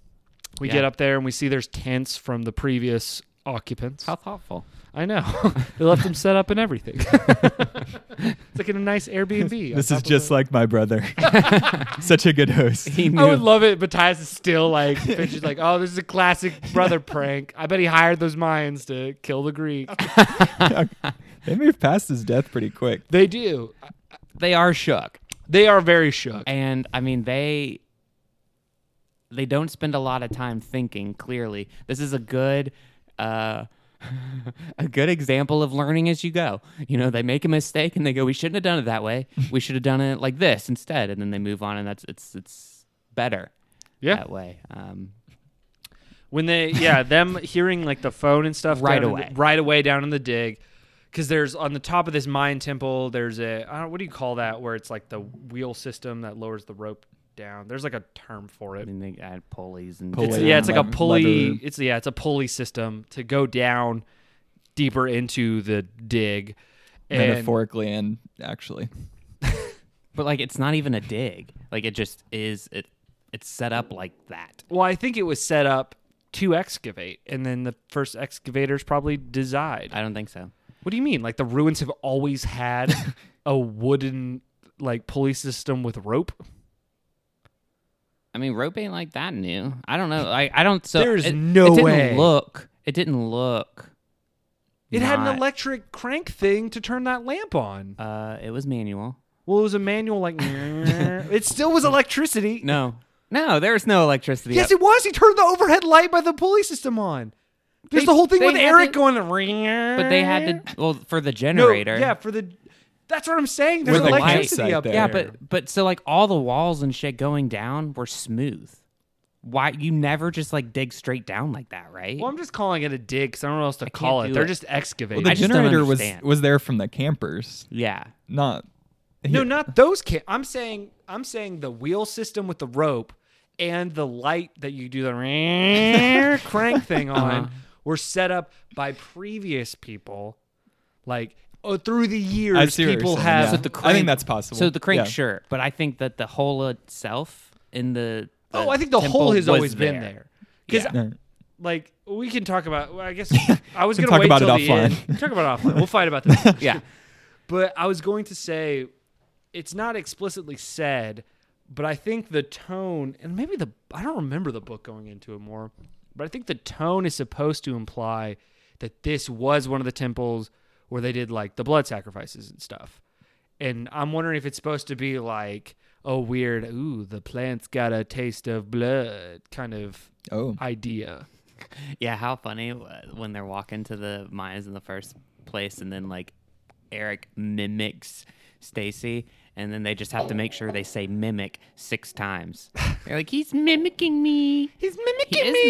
S1: We
S2: Yeah.
S1: get up there and we see there's tents from the previous occupants.
S2: how thoughtful.
S1: I know. [laughs] they left them set up and everything. [laughs] it's like in a nice Airbnb. on
S3: This
S1: top
S3: is
S1: of
S3: just
S1: a-
S3: like
S1: [laughs]
S3: my brother. [laughs] Such a good host.
S2: He
S1: I would
S2: knew.
S1: love it, but Tyus is still like, she's like, oh, this is a classic brother prank. I bet he hired those Mayans to kill the Greek.
S2: [laughs]
S3: they moved past his death pretty quick.
S1: they do.
S2: They are shook,
S1: They are very shook.
S2: and I mean they. They don't spend a lot of time thinking. Clearly, this is a good. Uh, [laughs] a good example of learning as you go. You know, they make a mistake and they go, "We shouldn't have done it that [laughs] way. We should have done it like this instead." And then they move on, and that's it's it's better
S1: Yeah.
S2: that way. Um,
S1: When they, yeah, them hearing like the phone and stuff
S2: Right
S1: down in the-
S2: away.
S1: right away down in the dig. Because there's on the top of this Mayan temple, there's a, I don't, what do you call that? Where it's like the wheel system that lowers the rope down. There's like a term for
S2: I
S1: it.
S2: mean, they add pulleys and
S3: Pulley.
S1: It's,
S3: Leather-
S1: yeah, it's like a
S3: leather-
S1: pulley.
S3: leather-
S1: It's yeah, it's a pulley system to go down deeper into the dig. And
S3: Metaphorically and actually.
S2: But like, it's not even a dig. Like, it just is. It it's set up like that.
S1: Well, I think it was set up to excavate, and then the first excavators probably designed.
S2: I don't think so.
S1: What do you mean? Like the ruins have always
S2: [laughs]
S1: had a wooden like pulley system with rope?
S2: I mean, rope ain't like that new. I don't know. I I don't. So
S1: There is
S2: it,
S1: no
S2: it didn't
S1: way.
S2: Look, it didn't look.
S1: It had an
S2: not-
S1: electric crank thing to turn that lamp on.
S2: Uh, it was manual.
S1: Well, it was a manual
S2: [laughs]
S1: like [laughs] it still was electricity.
S2: No, no, there's no electricity.
S1: Yes,
S2: up-
S1: it was. He turned the overhead light by the pulley system on. There's
S2: They-
S1: the whole thing
S2: they
S1: with
S2: had
S1: Eric
S2: to-
S1: going ring.
S2: but they had to. Well, for the
S1: no,
S2: generator.
S1: yeah for the. That's what I'm saying. There's
S3: With the lights
S1: electricity
S3: out
S1: up there.
S3: there.
S2: Yeah, but but so like all the walls and shit going down were smooth. Why you never just like dig straight down like that, right?
S1: Well, I'm just calling it a dig because I don't know what else to
S2: can't
S1: call it.
S2: do
S1: They're
S2: it.
S1: just excavating.
S3: Well, the
S2: I just don't
S3: generator was
S2: understand.
S3: was there from the campers,
S2: yeah.
S3: not.
S1: no, not those. Ca- I'm saying I'm saying the wheel system with the rope and the [laughs] light that you do the crank thing
S3: Uh-huh.
S1: on were set up by previous people, like oh, through the years
S3: I see what you're
S1: people
S3: saying,
S1: have.
S3: yeah.
S2: the
S3: I
S2: crank-
S3: think that's possible.
S2: So the crank,
S3: Yeah.
S2: sure, but I think that the hole itself in the, the
S1: oh, I think the
S2: temple
S1: hole has
S2: was
S1: always been there. Because
S3: No.
S1: like we can talk about. Well, I guess I was
S3: [laughs] We
S1: gonna
S3: can talk
S1: wait till
S3: about it
S1: the
S3: offline.
S1: end. Talk about
S3: [laughs]
S1: it offline. We'll fight about this.
S2: Yeah,
S1: But I was going to say it's not explicitly said, but I think the tone and maybe the I don't remember the book going into it more, but I think the tone is supposed to imply that this was one of the temples where they did like the blood sacrifices and stuff. And I'm wondering if it's supposed to be like a weird, ooh, the plants got a taste of blood kind of
S3: Oh,
S1: idea.
S2: yeah. How funny w- when they're walking to the mines in the first place, and then like Eric mimics Stacy, and then they just have to make sure they say mimic six times.
S1: [laughs]
S2: They're like, he's mimicking me.
S1: He's
S2: He
S1: mimicking
S2: is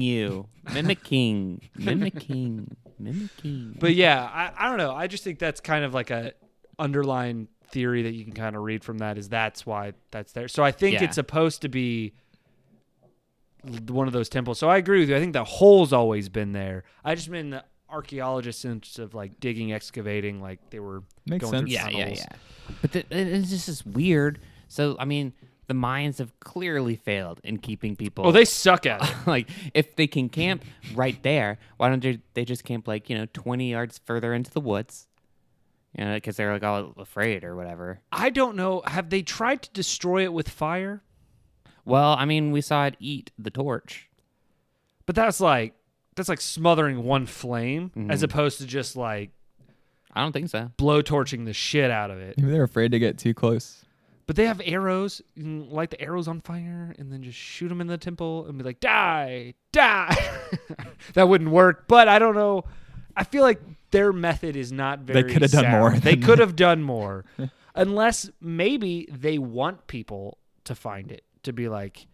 S1: [laughs]
S2: you. Mimicking, mimicking, mimicking.
S1: But yeah, I, I don't know. I just think that's kind of like a underlying theory that you can kind of read from that is that's why that's there. So I think
S2: Yeah.
S1: it's supposed to be l- one of those temples. So I agree with you. I think the hole's always been there. I just mean the archaeologist sense of like digging, excavating, like they were
S3: Makes
S1: going
S3: sense.
S1: through
S2: yeah, yeah,
S1: tunnels.
S2: yeah. But the, it- it's just this weird. So I mean, the Mayans have clearly failed in keeping people.
S1: Oh, they suck at it.
S2: [laughs] like if they can camp right there, why don't they, they just camp like you know twenty yards further into the woods? You know, because they're like all afraid or whatever.
S1: I don't know. Have they tried to destroy it with fire?
S2: Well, I mean, we saw it eat the torch.
S1: But that's like that's like smothering one flame
S3: Mm-hmm.
S1: as opposed to just like
S2: I don't think so.
S1: blowtorching the shit out of it.
S3: Maybe they're afraid to get too close.
S1: But they have arrows. You can light the arrows on fire and then just shoot them in the temple and be like, die, die. [laughs] that wouldn't work. But I don't know. I feel like their method is not very.
S3: could have done
S1: sound.
S3: more
S1: They
S3: than
S1: could have done
S3: [laughs]
S1: more, unless maybe they want people to find it to be like,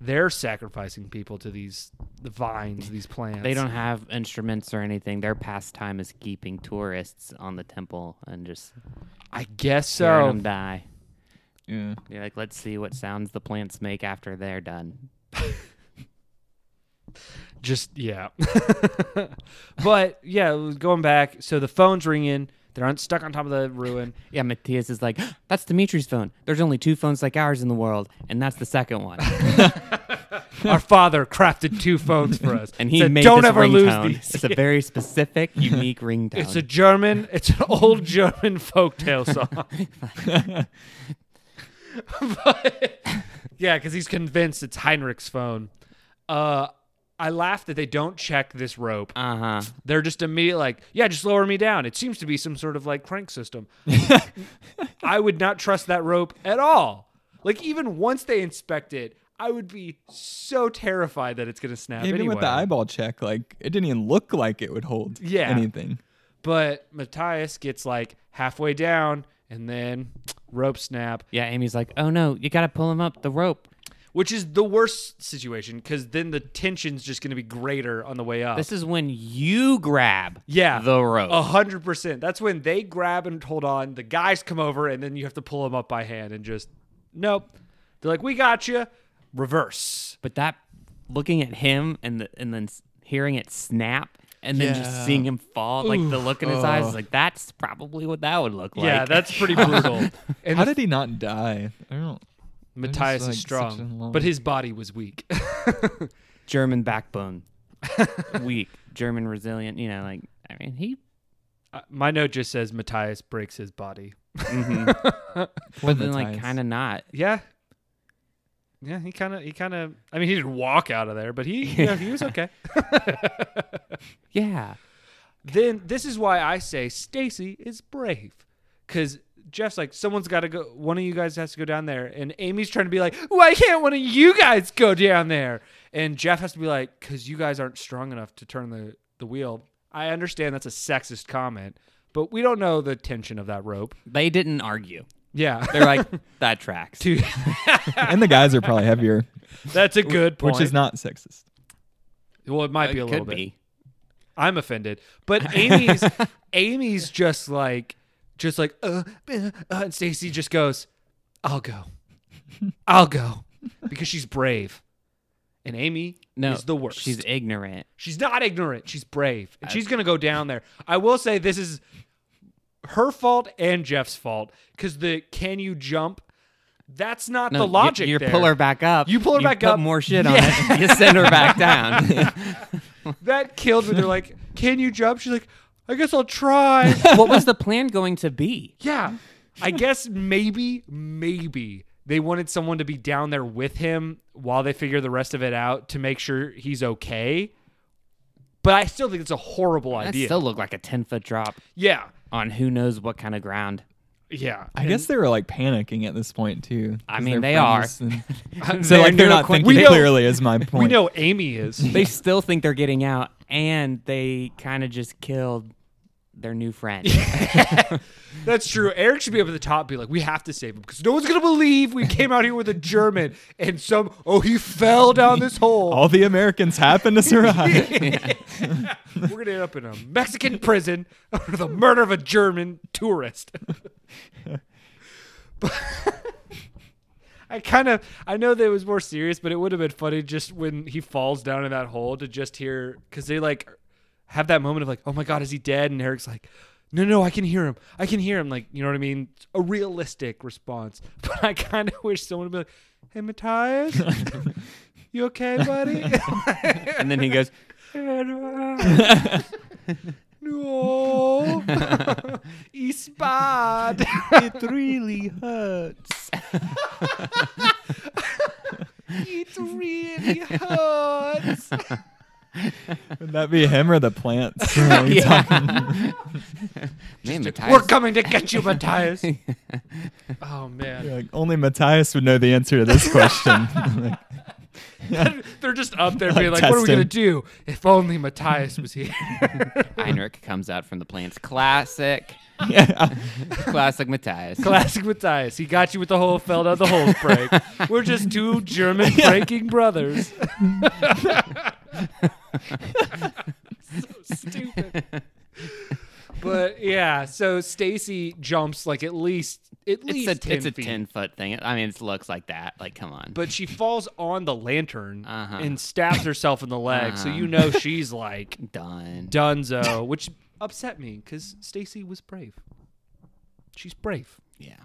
S1: they're sacrificing people to these vines, these plants.
S2: They don't have instruments or anything. Their pastime is keeping tourists on the temple and just
S1: I guess
S2: hearing
S1: so.
S2: them die.
S3: Yeah.
S2: You're like, let's see what sounds the plants make after they're done.
S1: Just yeah. [laughs] but yeah, it was going back. So the phone's ringing. They're on, stuck on top of the
S2: [laughs]
S1: ruin.
S2: Yeah, Matthias is like, that's Dimitri's phone. There's only two phones like ours in the world, and that's the second one.
S1: Our father crafted two phones for us, [laughs]
S2: And he
S1: Said,
S2: made
S1: "Don't
S2: this
S1: ever
S2: ringtone.
S1: lose these."
S2: It's a
S1: [laughs]
S2: very specific, unique ringtone.
S1: It's a German. It's an old German
S2: [laughs]
S1: folktale song. [laughs] but, yeah, because he's convinced it's Heinrich's phone. Uh, I laugh that they don't check this rope.
S2: uh huh.
S1: They're just immediately like, "Yeah, just lower me down." It seems to be some sort of like crank
S3: [laughs]
S1: system. I would not trust that rope at all. Like even once they inspect it, I would be so terrified that it's going to snap.
S3: Even
S1: anyway.
S3: with the eyeball check, like it didn't even look like it would hold
S1: Yeah.
S3: anything.
S1: But Matthias gets like halfway down and then rope snap,
S2: Yeah, Amy's like, oh no, you gotta pull him up the rope.
S1: which is the worst situation because then the tension's just going to be greater on the way up.
S2: This is when you grab
S1: yeah. Oh.
S2: the rope.
S1: A hundred percent. That's when they grab and hold on. The guys come over and then you have to pull them up by hand and just, nope. They're like, we got you. Reverse.
S2: But that looking at him and the, and then s- hearing it snap and then
S3: Yeah.
S2: just seeing him fall, like the look in his eyes,
S3: Oh.
S2: is like that's probably what that would look like.
S1: yeah, that's pretty brutal. and
S3: How did he not die? I don't.
S1: Matthias
S3: like
S1: is
S3: such a
S1: strong,
S3: long-
S1: but his body was weak. [laughs]
S2: German backbone, weak, German resilient. You know, like I mean, he.
S1: Uh, My note just says Matthias breaks his body.
S3: Poor
S2: But then, like,
S3: Matthias.
S2: kind of not.
S1: Yeah. Yeah, he kind of, he kind of, I mean, he didn't walk out of there, but he, you know, he was okay.
S2: Yeah,
S1: then this is why I say Stacy is brave, because Jeff's like, someone's got to go. One of you guys has to go down there, and Amy's trying to be like, why can't one of you guys go down there? And Jeff has to be like, because you guys aren't strong enough to turn the the wheel. I understand that's a sexist comment, but we don't know the tension of that rope.
S2: they didn't argue.
S1: Yeah, [laughs]
S2: They're like that tracks.
S1: Dude,
S3: and the guys are
S1: [laughs]
S3: probably heavier,
S1: that's a good point.
S3: which is not sexist.
S1: well, it might
S2: Uh, It
S1: be a
S2: could
S1: little bit.
S2: be.
S1: I'm offended. But
S2: [laughs]
S1: Amy's Amy's just like just like uh, uh, uh, and Stacy just goes, "I'll go. I'll go." Because she's brave. And Amy
S2: No,
S1: is the worst.
S2: She's ignorant.
S1: She's not ignorant. She's brave. And she's going to go down there. I will say this is her fault and Jeff's fault cuz the can you jump that's not
S2: No,
S1: the
S2: you-
S1: logic
S2: You,
S1: there.
S2: pull her back up.
S1: You pull her back
S2: put
S1: up.
S2: More shit on it. and You send her back down.
S1: [laughs] that killed me. They're like, "Can you jump?" She's like, "I guess I'll try."
S2: what was the plan going to be?
S1: Yeah. I guess maybe, maybe they wanted someone to be down there with him while they figure the rest of it out to make sure he's okay. But I still think it's a horrible
S2: That
S1: idea.
S2: still looked like a ten foot drop
S1: yeah.
S2: on who knows what kind of ground.
S1: Yeah.
S3: I guess they were like panicking at this point too.
S2: I
S3: 'cause
S2: mean,
S3: their
S2: they
S3: friends
S2: are.
S3: and-
S1: [laughs] They're
S3: so like they're
S1: no
S3: not
S1: quite-
S3: thinking
S1: we know-
S3: clearly. Is my
S1: [laughs]
S3: point.
S1: We know Amy is.
S2: [laughs] They still think they're getting out, and they kind of just killed their new
S1: [laughs]
S2: friend.
S1: That's true. Eric should be up at the top, be like, we have to save him because no one's going to believe we came out here with a German and some, oh, he fell down this
S3: [laughs]
S1: hole.
S3: all the Americans happen
S1: [laughs]
S3: to survive.
S1: We're going to end up in a Mexican prison for the murder of a German tourist. [laughs] But- I kind of I know that it was more serious, but it would have been funny just when he falls down in that hole to just hear because they like have that moment of like, oh my god, is he dead? And Eric's like, no, no, I can hear him, I can hear him. Like, you know what I mean? It's a realistic response, [laughs] but I kind of wish someone would be like, hey,
S2: [laughs]
S1: Matthias, you okay, buddy?
S2: and then
S1: [laughs]
S2: he goes,
S1: no. it's bad.
S2: "It really hurts."
S1: It really hurts.
S3: Would that be him or the
S1: [laughs]
S3: plants?
S2: Man,
S1: [laughs] We're
S2: Matthias,
S1: coming to get you,
S2: [laughs]
S1: Matthias. oh, man.
S3: [laughs] Like, only Matthias would know the answer to this question.
S1: [laughs] They're just up there being like, "What are we
S3: Test him.
S1: gonna do? If only Matthias was here."
S2: Heinrich comes out from the plants. Classic,
S3: [laughs] Yeah.
S2: classic Matthias.
S1: Classic Matthias. He got you with the whole fell down the hole prank. We're just two
S2: [laughs]
S1: German pranking brothers. [laughs] so stupid. But yeah, so Stacy jumps like at least at
S2: it's
S1: least
S2: a
S1: 10
S2: it's a
S1: feet.
S2: ten foot thing. I mean, it looks like that. Like, come on.
S1: But she falls on the lantern
S2: Uh-huh.
S1: and stabs herself in the leg, so
S2: Uh-huh.
S1: you know she's like
S2: done.
S1: Dunzo, which upset me because Stacy was brave. She's brave.
S2: Yeah.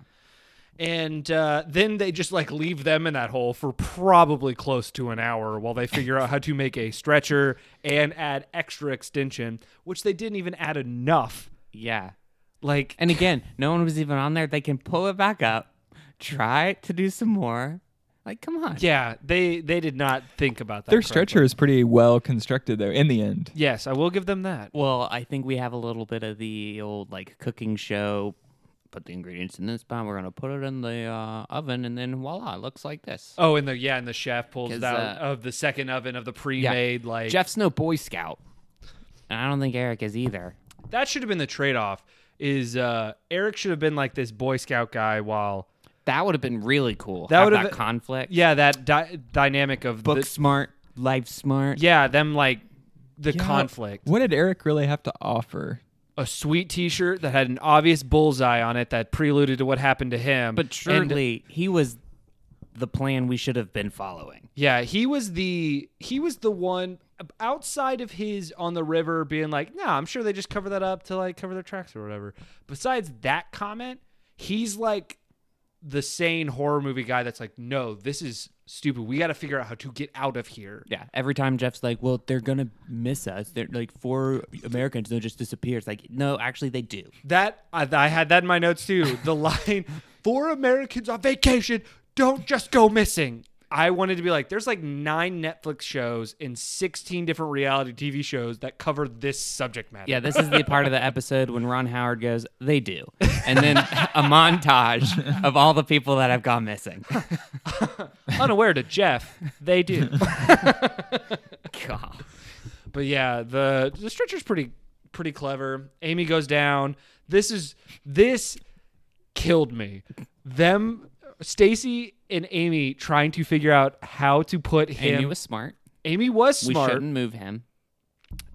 S1: And uh, then they just like leave them in that hole for probably close to an hour while they figure out how to make a stretcher and add extra extension, which they didn't even add enough.
S2: Yeah.
S1: Like,
S2: And again, no one was even on there. They can pull it back up, try to do some more. Like, come on.
S1: yeah, they they did not think about that.
S3: Their
S1: correctly.
S3: stretcher is pretty well constructed, though. In the end,
S1: Yes, I will give them that.
S2: Well, I think we have a little bit of the old like cooking show. Put the ingredients in this pan. We're gonna put it in the uh, oven, and then voila, it looks like this.
S1: Oh, and the yeah, and the chef pulls
S2: 'Cause,
S1: it out
S2: uh,
S1: of the second oven of the pre-made like
S2: Jeff's no Boy Scout, and I don't think Eric is either.
S1: that should have been the trade-off. Is uh, Eric should have been like this Boy Scout guy while
S2: That would have been really cool.
S1: That
S2: Have
S1: would've been-
S2: conflict.
S1: yeah that di- dynamic of
S2: book
S1: the,
S2: smart, life smart.
S1: yeah them like the
S3: Yeah.
S1: conflict
S3: What did Eric really have to offer?
S1: a sweet t-shirt that had an obvious bullseye on it that preluded to what happened to him
S2: But
S1: And,
S2: surely he was the plan we should have been following.
S1: yeah he was the he was the one outside of his on the river being like nah i'm sure they just cover that up to like cover their tracks or whatever besides that comment he's like the sane horror movie guy that's like no this is stupid we got to figure out how to get out of here
S2: Yeah. Every time Jeff's like, "Well, they're gonna miss us. They're like four Americans. They'll just disappear." It's like, no, actually, they do.
S1: That I, I had that in my notes too.
S2: [laughs]
S1: The line for Americans on vacation, don't just go missing. I wanted to be like, there's like nine Netflix shows and 16 different reality TV shows that cover this subject matter.
S2: Yeah, this is the part of the episode when Ron Howard goes, "They do," and [laughs] then a montage of all the people that have gone missing.
S1: [laughs] Unaware to Jeff, they do.
S2: [laughs] God.
S1: but yeah, the the stretcher's pretty pretty clever. Amy goes down. This is this killed me. Them Stacy and Amy trying to figure out how to put him.
S2: Amy was smart.
S1: Amy was
S2: We
S1: smart.
S2: shouldn't move him.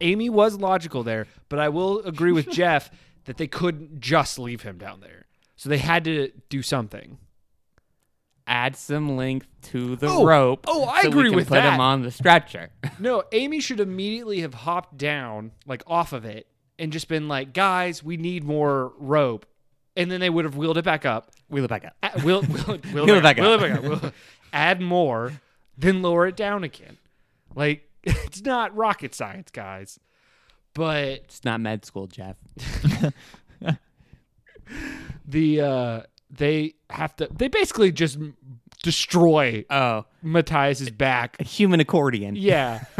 S1: Amy was logical there, but I will agree [laughs] with Jeff that they couldn't just leave him down there. So they had to do something.
S2: Add some length to the
S1: Oh,
S2: rope.
S1: oh, I
S2: so we
S1: agree
S2: can
S1: with
S2: put
S1: that.
S2: him on the stretcher.
S1: No, Amy should immediately have hopped down, like off of it, and just been like, guys, we need more rope. And then they would have wheeled it back up.
S2: Wheel it back up.
S1: [laughs] At, wheel, wheel, wheel,
S2: Wheel
S1: it back up. Wheel
S2: it
S1: it back up. wheel- add more, then lower it down again. Like, [laughs] it's not rocket science, guys. But
S2: It's not med school, Jeff.
S1: the uh they have to they basically just m- destroy
S2: Oh,
S1: Matthias's back.
S2: a human accordion.
S1: Yeah. [laughs]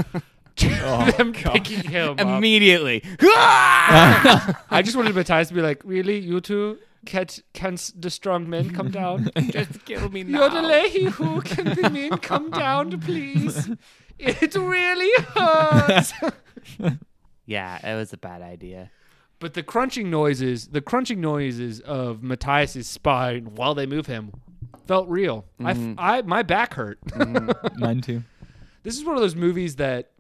S1: them picking him up.
S2: [laughs] Immediately.
S1: I just wanted Matthias to be like, "Really, you two can't, can't the strong men come down?
S2: Just kill me now.
S1: You're the lady who can the men come down, please? It really hurts."
S2: Yeah, it was a bad idea.
S1: but the crunching noises, the crunching noises of Matthias's spine while they move him, felt real. I f I I, my back hurt.
S3: Mine
S1: [laughs]
S3: too.
S1: this is one of those movies that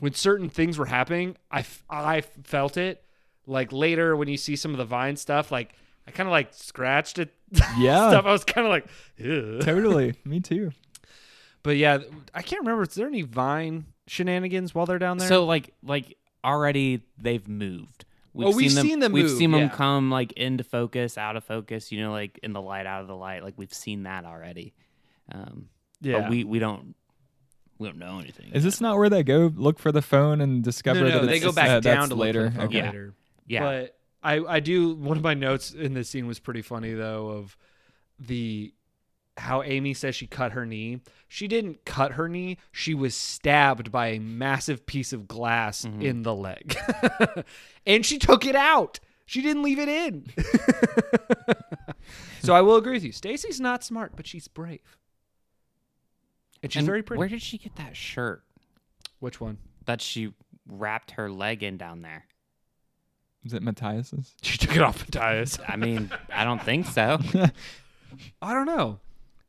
S1: when certain things were happening i, f- I felt it like later when you see some of the vine stuff like i kind of like scratched it [laughs]
S3: Yeah.
S1: stuff i was kind of like Ew.
S3: Totally. Me too.
S1: [laughs] but yeah i can't remember is there any vine shenanigans while they're down there
S2: So like like already they've moved. We've
S1: Oh, we've
S2: them,
S1: seen them
S2: We've
S1: move,
S2: seen them
S1: yeah.
S2: come like into focus, out of focus. You know, like in the light, out of the light. Like we've seen that already. Um,
S1: Yeah.
S2: But we we don't we don't know anything.
S3: Is this not where they go look for the phone and discover
S1: no, no,
S3: that
S1: they
S3: it's
S1: go back
S3: uh,
S1: down
S3: that's
S1: to
S3: later?
S1: Look for the phone
S3: Okay.
S2: Yeah.
S1: later.
S2: yeah.
S1: But I, I do one of my notes in this scene was pretty funny though of the how Amy says she cut her knee. She didn't cut her knee. She was stabbed by a massive piece of glass
S2: Mm-hmm.
S1: in the leg. [laughs] and she took it out. She didn't leave it in. [laughs] so I will agree with you. Stacy's not smart, but she's brave. and she's
S2: And
S1: very pretty.
S2: Where did she get that shirt
S1: Which one? [laughs]
S2: that she wrapped her leg in down there?
S3: Is it Matthias's? [laughs]
S1: She took it off
S2: [laughs]
S1: Matthias.
S2: I mean, I don't think so.
S1: I don't know.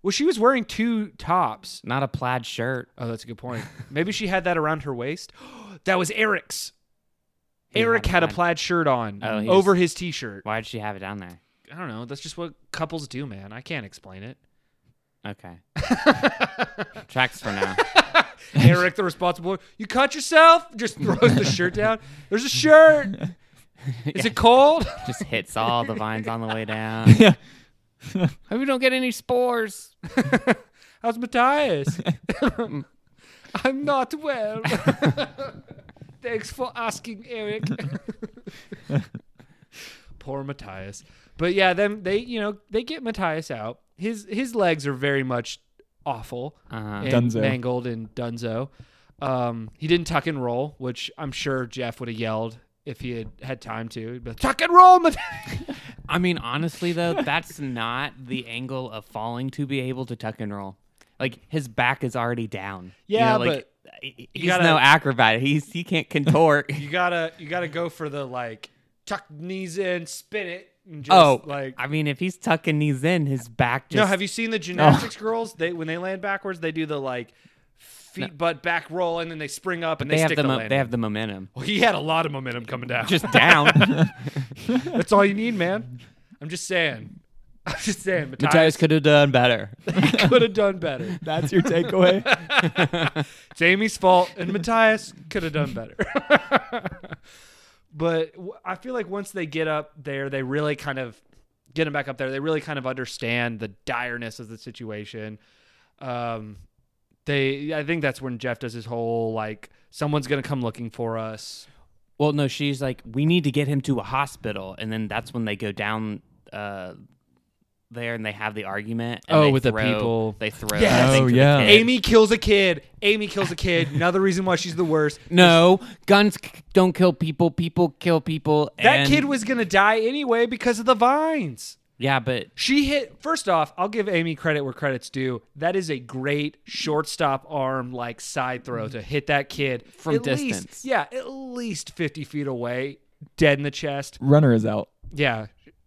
S1: Well, she was wearing two tops.
S2: Not a plaid shirt.
S1: Oh, that's a good point. Maybe she had that around her waist. [gasps] that was Eric's.
S2: He had
S1: Eric had a
S2: plaid-
S1: plaid shirt on
S2: Oh, he
S1: over his t-shirt.
S2: Why did she have it down there?
S1: I don't know. That's just what couples do, man. I can't explain
S2: [laughs]
S1: it.
S2: Okay.
S1: [laughs]
S2: Tracks for now.
S1: Eric, the responsible, you cut yourself? Just throws the shirt down. There's a shirt.
S2: [laughs]
S1: Is it cold?
S2: Just hits all the vines on the
S1: [laughs]
S2: way down.
S3: Yeah.
S2: Hope you don't get any spores.
S1: How's [laughs] Matthias? I'm not well. [laughs] Thanks for asking, Eric. [laughs] Poor Matthias. But yeah, them they you know they get Matthias out. His his legs are very much awful
S2: Uh-huh.
S1: and
S3: Dunzo.
S1: mangled and Dunzo. Um, he didn't tuck and roll, which I'm sure Jeff would have yelled if he had had time to. He'd be like, tuck and roll, Matthias.
S2: I mean, honestly, though,
S1: [laughs]
S2: that's not the angle of falling to be able to tuck and roll. Like his back is already down.
S1: Yeah,
S2: like, he- he's
S1: gotta-
S2: no acrobat. He's he
S1: [laughs]
S2: can't contort. [laughs]
S1: you gotta you gotta go for the like tuck knees in, spin it, and just
S2: oh,
S1: like
S2: I mean, if he's tucking these in, his back just
S1: No, have you seen
S2: Oh.
S1: the gymnastics girls? They when they land backwards, they do the like feet butt back roll, and then they spring up and
S2: They, have
S1: stick
S2: the
S1: the
S2: mo-
S1: landing.
S2: they have
S1: [laughs]
S2: the momentum.
S1: Well, he had a lot of momentum coming down.
S2: Just down.
S1: [laughs] That's all you need, man. I'm just saying. I'm just saying.
S2: [laughs] Matthias
S1: Matthias
S2: could have done [laughs] better.
S1: [laughs] could have done better.
S3: That's your takeaway.
S1: It's Amy's fault, and Matthias could have done better. [laughs] but w- I feel like once they get up there, they really kind of get him back up there. They really kind of understand the direness of the situation. Um, they, I think that's when Jeff does his whole like, someone's gonna come looking for us.
S2: Well, no, she's like, we need to get him to a hospital, and then that's when they go down uh, there and they have the argument. and
S1: Oh,
S2: they
S1: with the
S2: throw-
S1: people.
S2: they throw.
S1: Yes.
S2: that thing
S3: Oh,
S2: to the
S3: yeah.
S2: kid.
S1: Amy kills a kid. Amy kills a kid. Another reason why she's the worst.
S2: No, guns c- don't kill people. People kill people.
S1: That
S2: and-
S1: kid was gonna die anyway because of the vines.
S2: Yeah, but
S1: She hit first off, I'll give Amy credit where credit's due. That is a great shortstop arm like side throw to hit that kid
S2: From
S1: at least-
S2: distance.
S1: yeah, at least 50 feet away, dead in the chest.
S3: [laughs] Runner is out.
S1: Yeah.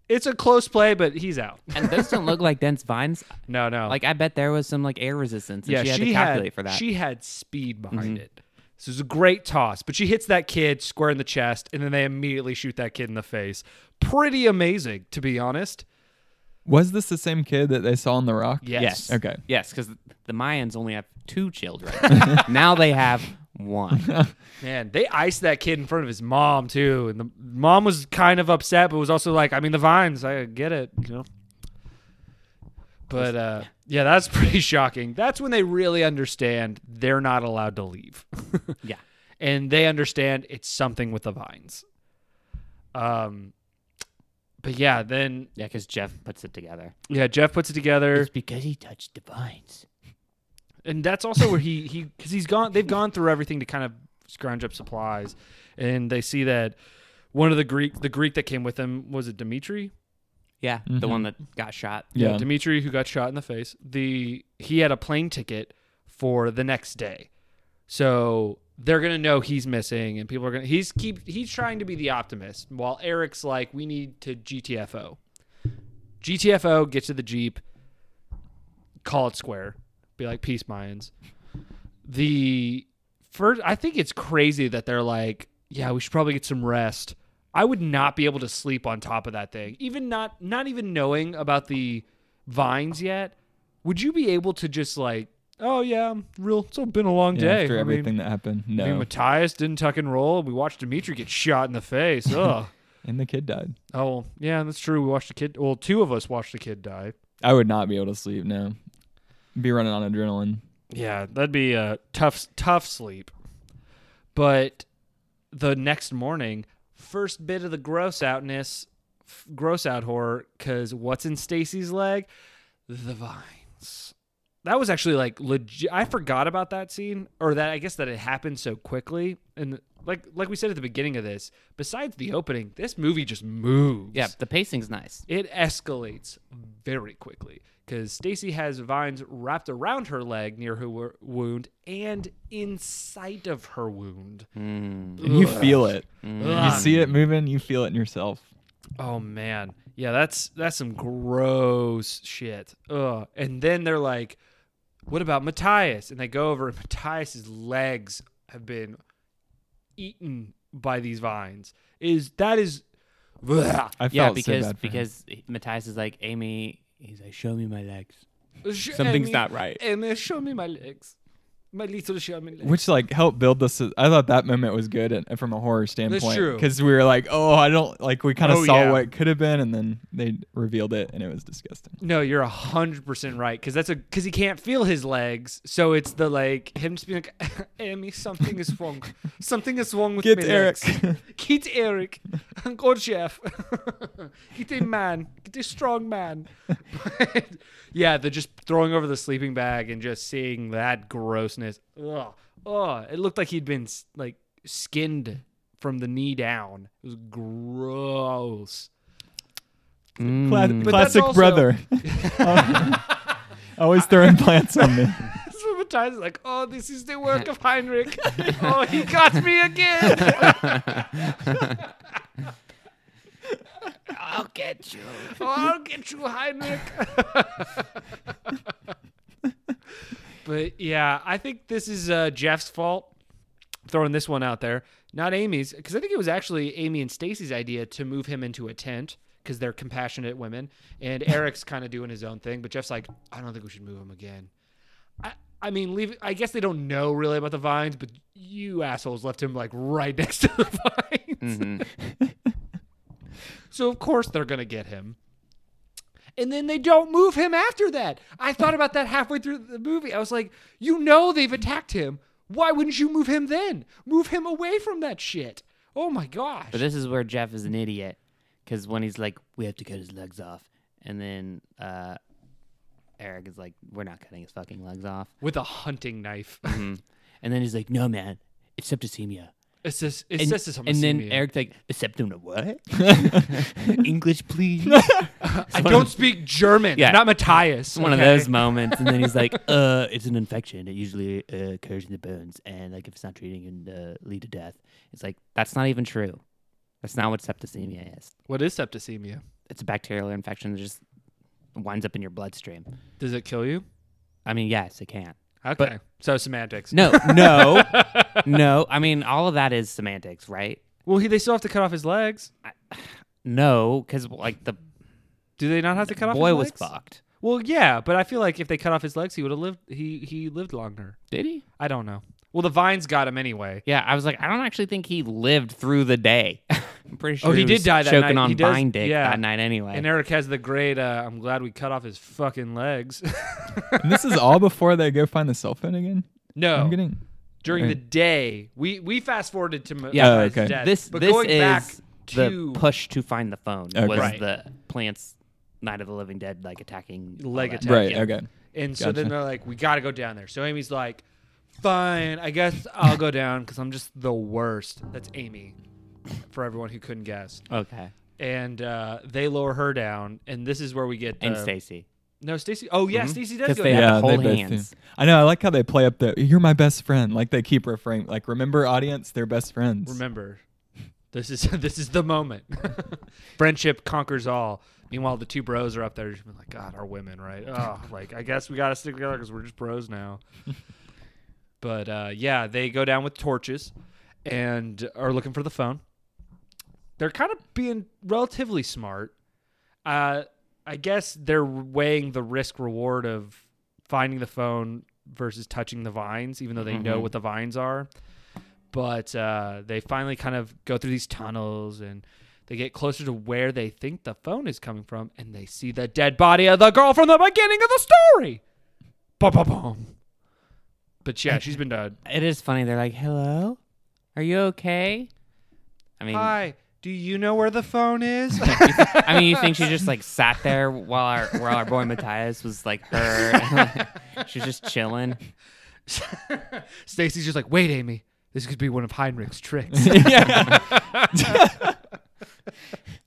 S1: It's a close play, but he's out.
S2: and those don't look like dense vines.
S1: No, no.
S2: Like I bet there was some like air resistance. And
S1: yeah,
S2: she had to
S1: she
S2: calculate
S1: had
S2: for that. Mm-hmm.
S1: she had speed behind it. So it was a great toss, but she hits that kid square in the chest and then they immediately shoot that kid in the face. Pretty amazing, to be honest.
S3: Was this the same kid that they saw on the rock?
S1: Yes.
S3: Okay.
S2: yes, because the Mayans only have two children. now they have one.
S1: Man, they iced that kid in front of his mom too, and the mom was kind of upset, but was also like, I mean, the vines, I get it, you know. But uh, yeah, that's [laughs] pretty shocking. That's when they really understand they're not allowed to leave, [laughs]
S2: Yeah.
S1: and they understand it's something with the vines. Um, but yeah, then
S2: Yeah, because Jeff puts it together.
S1: yeah, Jeff puts it together.
S2: It's because he touched the vines.
S1: and that's also where he he because he's gone they've gone through everything to kind of scrounge up supplies and they see that one of the greek the greek that came with him was it dimitri
S2: Yeah,
S3: Mm-hmm.
S2: the one that got shot.
S3: Yeah.
S1: dimitri who got shot in the face the he had a plane ticket for the next day so they're gonna know he's missing and people are gonna he's keep he's trying to be the optimist while eric's like we need to gtfo gtfo get to the jeep call it square be like peace mayans the first i think it's crazy that they're like yeah we should probably get some rest i would not be able to sleep on top of that thing even not not even knowing about the vines yet would you be able to just like oh yeah I'm real it's been a long
S3: Yeah,
S1: day
S3: After
S1: I mean,
S3: everything that happened.
S1: I mean,
S3: No.
S1: matthias didn't tuck and roll we watched dimitri get shot in the
S3: [laughs]
S1: face Ugh.
S3: And the kid died.
S1: oh yeah that's true we watched the kid well two of us watched the kid die
S3: I would not be able to sleep. No. Be running on adrenaline.
S1: Yeah, that'd be a tough tough sleep. But the next morning, first bit of the gross outness, f- gross out horror cuz what's in Stacy's leg? The vines. That was actually like legit I forgot about that scene or that I guess that it happened so quickly and like like we said at the beginning of this, besides the opening, this movie just moves.
S2: Yeah, the pacing's nice.
S1: It escalates very quickly because Stacy has vines wrapped around her leg near her wo- wound and inside of her wound. Mm.
S3: And Mm. you
S1: Ugh.
S3: feel it. You
S1: Ugh.
S3: see it moving, you feel it in yourself.
S1: Oh man, yeah, that's that's some gross shit. Ugh. And then they're like, "What about Matthias?" And they go over, and [laughs] Matthias's legs have been eaten by these vines. Is that is? Ugh.
S3: I felt
S2: Yeah,
S3: so
S2: because
S3: bad for him.
S2: because Matthias is like Amy. He's like, show me my legs.
S1: Sh-
S2: Something's
S1: Amy-
S2: not right.
S1: Amy, show me my legs, my little show me legs.
S3: which like helped build this. I thought that moment was good and from a horror standpoint
S1: true.
S3: because we were like, oh, I don't like. We kind of
S1: Oh,
S3: saw
S1: yeah.
S3: what could have been, and then they revealed it, and it was disgusting.
S1: No, you're a hundred percent right because that's a because he can't feel his legs, so it's the like him just being like, [laughs] Amy, something is wrong, something is wrong with
S3: Get
S1: my
S3: Eric.
S1: legs. [laughs] Get Eric, go Jeff, [laughs] get a man, get a strong man. [laughs] But, yeah, they're just throwing over the sleeping bag and just seeing that grossness. Ugh. Oh, it looked like he'd been s- like skinned from the knee down. It was gross.
S3: Cla-
S2: Mm.
S1: that's
S3: classic
S1: also- [laughs]
S3: brother. [laughs] Always throwing plants on me.
S1: So Matthias is like, oh, this is the work of Heinrich. [laughs] oh, he got me again. [laughs]
S2: I'll get you.
S1: oh, I'll get you, Heinrich. [laughs] but yeah, I think this is uh, Jeff's fault. Throwing this one out there, not Amy's, because I think it was actually Amy and Stacy's idea to move him into a tent because they're compassionate women, and Eric's kind of doing his own thing. But Jeff's like, I don't think we should move him again. I, I mean, leave. I guess they don't know really about the vines, but you assholes left him like right [laughs] next to the vines.
S2: Mm-hmm.
S1: [laughs] so of course they're gonna get him. And then they don't move him after that. I thought about that halfway through the movie. I was like, you know, they've attacked him. Why wouldn't you move him then? Move him away from that shit. Oh my gosh.
S2: But this is where Jeff is an idiot because when he's like, we have to cut his legs off, and then uh, Eric is like, we're not cutting his fucking legs off.
S1: With a hunting knife.
S2: Mm-hmm. And then he's like, no, man, it's septicemia.
S1: [laughs] it's just, it's
S2: And,
S1: just
S2: and then Eric's like, septum to what?
S3: [laughs]
S2: [laughs] English, please.
S1: I don't speak German.
S2: Yeah.
S1: Not Matthias.
S2: It's one of
S1: okay?
S2: those moments, and then he's [laughs] like, "Uh, it's an infection. It usually uh, occurs in the bones, and like if it's not treated, it can uh, lead to death." It's like that's not even true. That's not what septicemia is.
S1: What is septicemia?
S2: It's a bacterial infection that just winds up in your bloodstream.
S1: Does it kill you?
S2: I mean, yes, it can.
S1: Okay. so semantics.
S2: No, [laughs] no, no. I mean, all of that is semantics, right?
S1: Well, he, they still have to cut off his legs.
S2: No, because like the
S1: Do they not have to cut off?
S2: boy
S1: his
S2: was
S1: legs?
S2: fucked.
S1: Well, yeah, but I feel like if they cut off his legs, he would have lived. He he lived longer.
S2: Did he?
S1: I don't know. Well, the vines got him anyway.
S2: Yeah, I was like, I don't actually think he lived through the day. I'm pretty sure.
S1: Oh, he did
S2: was
S1: die that
S2: choking
S1: night.
S2: on
S1: He does-
S2: vine dick
S1: yeah.
S2: that night anyway.
S1: And Eric has the great. Uh, I'm glad we cut off his fucking legs. [laughs]
S3: And this is all before they go find the cell phone again.
S1: no,
S2: Oh.
S3: I'm getting.
S1: during the day, we we fast forwarded to Ma-
S2: Yeah,
S1: Matthias'
S3: okay.
S1: death,
S2: this
S1: but
S2: this
S1: going
S2: is
S1: back
S2: the
S1: to
S2: push to find the phone
S3: Okay.
S2: was
S1: Right.
S2: the plants Night of the Living Dead like attacking all
S1: Leg
S2: that.
S1: attack.
S3: Right.
S1: Yeah.
S3: Okay.
S1: And so
S3: Gotcha.
S1: then they're like, we got to go down there. So Amy's like, fine, I guess I'll go down because I'm just the worst. That's Amy for everyone who couldn't guess.
S2: Okay.
S1: And uh, they lower her down. And this is where we get. The,
S2: And Stacy. Mm-hmm.
S1: No, Stacy. Oh, yeah, Stacy does
S2: 'Cause
S1: go
S2: they
S1: down.
S2: have- to
S3: Yeah,
S2: hold
S3: they both
S2: hands.
S3: do. I know. I like how they play up the "you're my best friend." Like they keep referring, like remember audience, they're best friends.
S1: Remember, this is [laughs] this is the moment. Friendship conquers all. Meanwhile, the two bros are up there just being like, God, our women, right? Oh, like I guess we gotta stick together because we're just bros now. but uh, yeah, they go down with torches and are looking for the phone. They're kind of being relatively smart. Uh, I guess they're weighing the risk reward of finding the phone versus touching the vines, even though they know what the vines are. But uh, they finally kind of go through these tunnels and they get closer to where they think the phone is coming from, and they see the dead body of the girl from the beginning of the story. Ba ba boom. But yeah, she's been dead.
S2: It is funny. They're like, "Hello, are you okay?" I mean,
S1: Hi, do you know where the phone [laughs] is?
S2: I mean, you think she just like sat there while our while our boy Matthias was like [laughs] her, she was just chilling.
S1: Stacy's just like, wait, Amy, This could be one of Heinrich's tricks.
S3: yeah.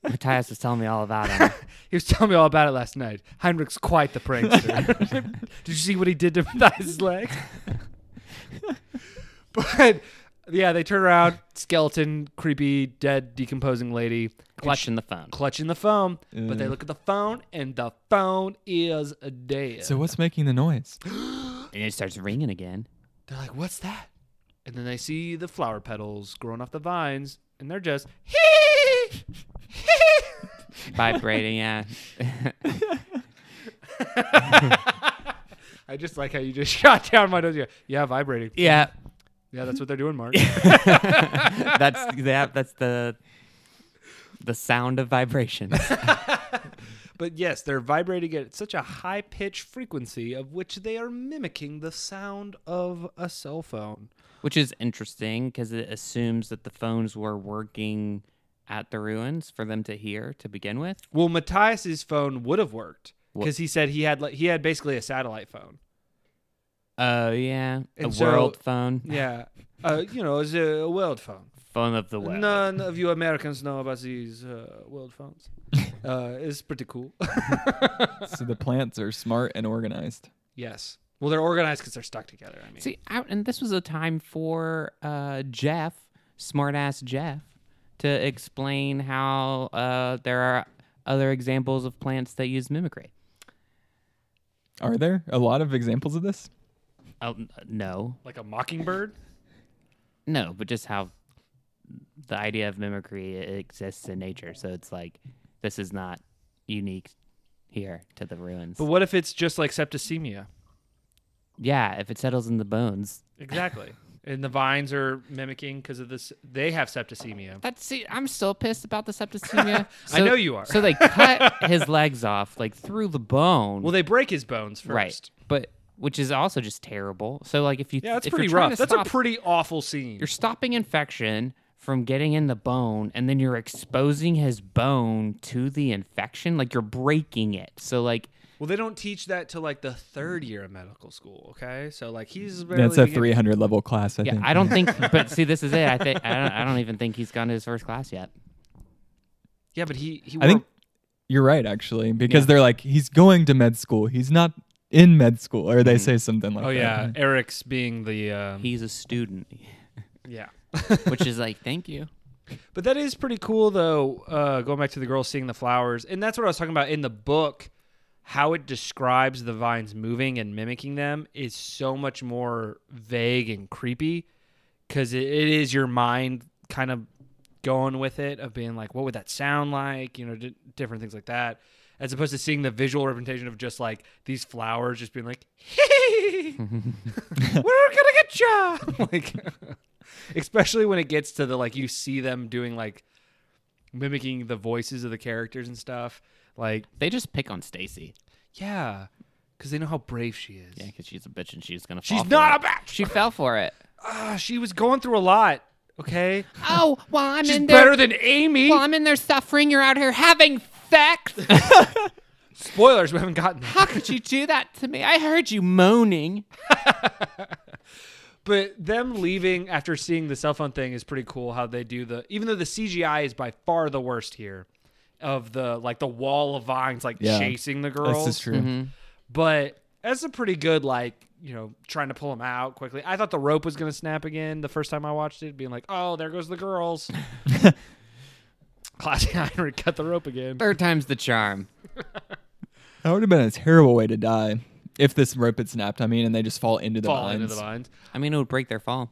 S2: Matthias was telling me all about him.
S1: He was telling me all about it last night. Heinrich's quite the prankster.
S3: [laughs]
S1: Did you see what he did to Matthias' leg? [laughs] but yeah, they turn around, skeleton, creepy, dead, decomposing lady,
S2: Clutching the phone.
S1: clutching the phone. But they
S3: Yeah.
S1: look at the phone, and the phone is dead.
S3: So what's making
S2: [gasps]
S3: the noise?
S2: And it starts ringing again.
S1: they're like, "What's that?" And then they see the flower petals growing off the vines, and they're just hee [laughs]
S2: Vibrating, yeah.
S1: I just like how you just [laughs] shot down my nose. You go, Yeah, vibrating.
S2: yeah.
S1: Yeah, that's what they're doing,
S3: [laughs]
S1: Mark.
S2: [laughs] That's yeah, that's the the sound of vibration.
S1: But yes, they're vibrating at such a high pitched frequency of which they are mimicking the sound of a cell phone.
S2: [laughs] Which is interesting because it assumes that the phones were working at the ruins for them to hear to begin with.
S1: Well, Matthias's phone would have worked
S2: Wha-
S1: because he said he had like he had basically a satellite [laughs] phone.
S2: Oh yeah, a
S1: And so-
S2: world phone,
S1: Yeah, uh, you know, it's a world phone.
S2: phone of the world.
S1: None of you Americans know about these uh, world [laughs] phones. uh, it's pretty [laughs] cool.
S3: so the plants are smart and organized.
S1: yes. Well, they're organized because they're stuck together. I mean,
S2: See, I, and this was a time for uh, Jeff, smartass Jeff, to explain how uh, there are other examples of plants that use mimicry.
S3: Are there a lot of examples of this?
S2: Oh, n- no,
S1: like a mockingbird.
S2: no, but just how the idea of mimicry exists in nature. So it's like this is not unique here to the ruins.
S1: But what if it's just like septicemia?
S2: yeah, if it settles in the bones,
S1: Exactly. and the vines are mimicking because of this. They have septicemia.
S2: That's see, I'm still pissed about the septicemia.
S1: [laughs] I know you are.
S2: So they cut his legs off like through the bone.
S1: Well, they break his bones first.
S2: right, but which is also just terrible. So like if you
S1: Yeah, that's
S2: if
S1: pretty
S2: you're trying
S1: rough.
S2: to
S1: That's a
S2: stop-
S1: pretty awful scene.
S2: you're stopping infection from getting in the bone, and then you're exposing his bone to the infection. Like you're breaking it. So like
S1: well, they don't teach that till like the third year of medical school. Okay, so like he's barely
S3: That's a
S1: beginning-
S3: 300 level class, I
S2: yeah,
S3: think.
S2: I don't think.
S1: [laughs]
S2: But see, this is it. I think I don't, I don't even think he's gone to his first class yet.
S1: Yeah, but he he.
S3: I think you're right, actually, because they're like, he's going to med school. He's not in med school, or
S2: Mm-hmm.
S3: they say something like
S1: Oh
S3: that.
S1: yeah, Eric's being the um,
S2: He's a [laughs] student,
S1: yeah.
S2: which is like thank you.
S1: But that is pretty cool, though. Uh, going back to the girl seeing the flowers, and that's what I was talking about in the book. How it describes the vines moving and mimicking them is so much more vague and creepy because it, it is your mind kind of going with it of being like, what would that sound like? You know, di different things like that, as opposed to seeing the visual representation of just like these flowers just being like, [laughs] hey, we're gonna get ya, [laughs] like, especially when it gets to the like you see them doing like mimicking the voices of the characters and stuff, like
S2: They just pick on Stacy.
S1: yeah, because they know how brave she is.
S2: Yeah, because she's a bitch and she's gonna.
S1: She's
S2: fall for
S1: not
S2: it.
S1: a bitch!
S2: She fell for it.
S1: Ah, she was going through a lot. Okay,
S2: Oh, while I'm
S1: she's
S2: in there,
S1: better than Amy.
S2: while I'm in there suffering, you're out here having [laughs] sex.
S1: Spoilers, we haven't gotten there.
S2: How could you do that to me? I heard you moaning.
S1: But them leaving after seeing the cell phone thing is pretty cool. How they do the even though the CGI is by far the worst here, of the like the wall of vines like
S3: Yeah.
S1: chasing the girls.
S3: This is true.
S1: But that's a pretty good like you know trying to pull them out quickly. I thought the rope was gonna snap again the first time I watched it, being like, oh, there goes the
S3: [laughs]
S1: girls. Classic [laughs] Heinrich cut the rope again.
S2: Third time's the charm.
S3: That would have been a terrible way to die if this rope had snapped, I mean, and they just fall into the
S1: Fall
S3: vines.
S1: into the vines.
S2: I mean, it would break their fall.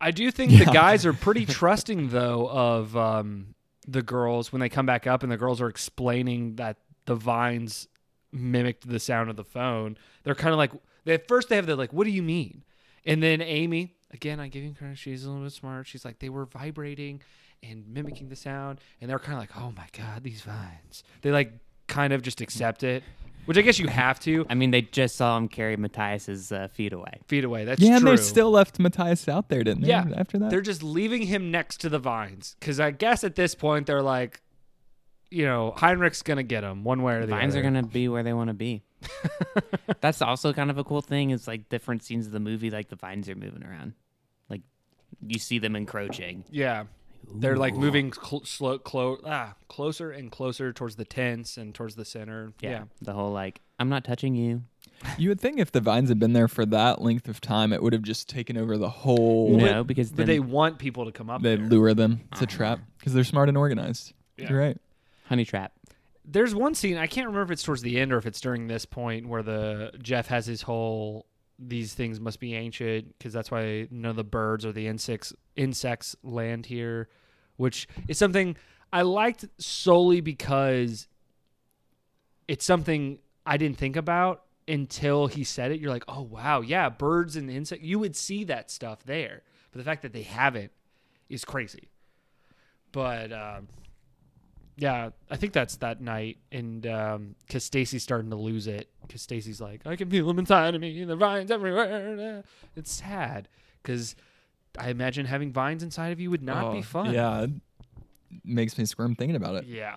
S1: I do think the guys are
S3: [laughs]
S1: pretty trusting though of um, the girls when they come back up and the girls are explaining that the vines mimicked the sound of the phone. They're kind of like they, at first they have the like, "What do you mean?" And then Amy, again, I give you credit, she's a little bit smart. She's like, they were vibrating and mimicking the sound, and they're kind of like, "Oh my god, these vines!" They like kind of just accept it, which I guess you have to.
S2: I mean, they just saw him carry Matthias's uh, feet away.
S1: Feet away. That's
S3: Yeah, and
S1: true.
S3: they still left Matthias out there, didn't they?
S1: Yeah.
S3: After that,
S1: They're just leaving him next to the vines because I guess at this point they're like, you know, Heinrich's gonna get him one way or the
S2: Vines
S1: other.
S2: are gonna be where they want to be. [laughs] That's also kind of a cool thing. Is like different scenes of the movie, like the vines are moving around, like you see them encroaching.
S1: Yeah. They're like moving cl- slow, clo- ah, closer and closer towards the tents and towards the center.
S2: Yeah,
S1: Yeah.
S2: the whole like I'm not touching you.
S3: You would think if the vines had been there for that length of time, it would have just taken over the whole.
S2: no, because
S1: But
S2: then
S1: they want people to come up
S3: They
S1: there.
S3: lure them. It's a trap because they're smart and organized.
S1: Uh-huh. Yeah.
S3: You're right.
S2: honey trap.
S1: There's one scene I can't remember if it's towards the end or if it's during this point where the Jeff has his whole these things must be ancient because that's why none of the birds or the insects insects land here, which is something I liked solely because it's something I didn't think about until he said it. You're like, oh wow, yeah, birds and insect. You would see that stuff there, but the fact that they haven't is crazy. But um, yeah, I think that's that night, and um, cause Stacy's starting to lose it. Cause Stacy's like, I can feel them inside of me, the vines everywhere. It's sad, cause I imagine having vines inside of you would not be
S3: Oh,
S1: fun.
S3: Yeah. it Makes me squirm thinking about it.
S1: Yeah.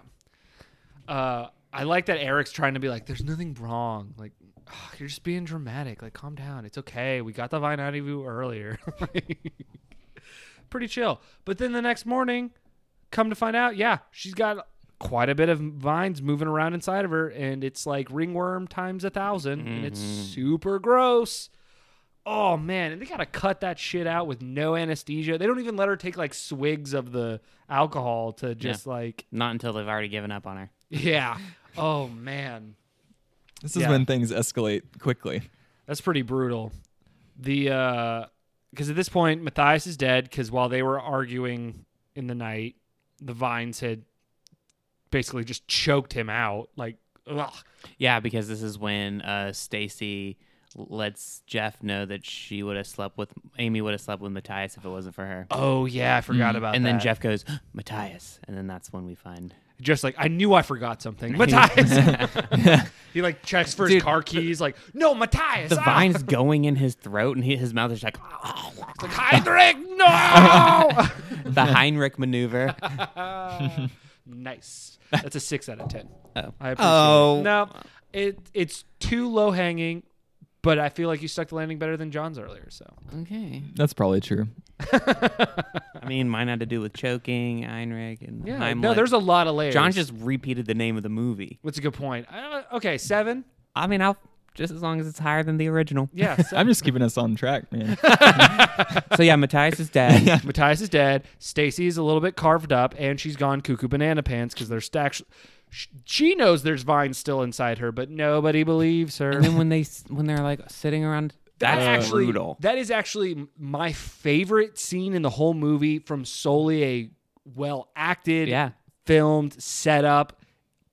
S1: Uh, I like that Eric's trying to be like, there's nothing wrong. Like, ugh, you're just being dramatic. Like, calm down. It's okay. We got the vine out of you earlier. [laughs] Pretty chill. But then the next morning, come to find out, yeah, she's got quite a bit of vines moving around inside of her, and it's like ringworm times a 1000 and it's super gross. Oh man, and they gotta cut that shit out with no anesthesia. They don't even let her take like swigs of the alcohol to just like
S2: Not until they've already given up on her.
S1: yeah. Oh man,
S3: This is
S1: Yeah.
S3: when things escalate quickly.
S1: that's pretty brutal. The because at this point Matthias is dead. Because while they were arguing in the night, the vines had basically just choked him out. Like, ugh.
S2: Yeah, because this is when uh, Stacy lets Jeff know that she would have slept with Amy would have slept with Matthias if it wasn't for her.
S1: oh yeah, I forgot about
S2: and
S1: that.
S2: then Jeff goes Matthias, and then that's when we find
S1: just like I knew I forgot [laughs] something. Matthias. [laughs] he like checks for his car keys. Like, no, Matthias.
S2: the
S1: ah!"
S2: vine's going in his throat, and he, his mouth is like
S1: It's like Heinrich. [laughs] No.
S2: the Heinrich [laughs] maneuver. [laughs]
S1: nice. That's a six out of ten.
S2: Oh.
S1: I appreciate
S2: Oh.
S1: it. No, it it's too low hanging, but I feel like you stuck the landing better than John's earlier. So
S2: Okay,
S3: That's probably true.
S2: I mean, mine had to do with choking Heinrich and
S1: yeah,
S2: Heimlich.
S1: no, there's a lot of layers.
S2: John just repeated the name of the movie.
S1: What's a good point? Uh, okay, seven.
S2: I mean, I'll just as long as it's higher than the original.
S1: Yeah, [laughs] se-
S3: I'm just keeping us on
S1: [laughs]
S3: track, man.
S2: [laughs] So [laughs] yeah, Matthias is dead.
S1: Matthias is dead. Stacy is a little bit carved up, and she's gone cuckoo banana pants because there's stacks. sh- She knows there's vines still inside her, but nobody believes her.
S2: And then when they s- when they're like sitting around,
S1: That's
S2: that's
S1: actually
S2: Uh, brutal.
S1: that is actually my favorite scene in the whole movie from solely a well acted,
S2: Yeah.
S1: filmed, set up,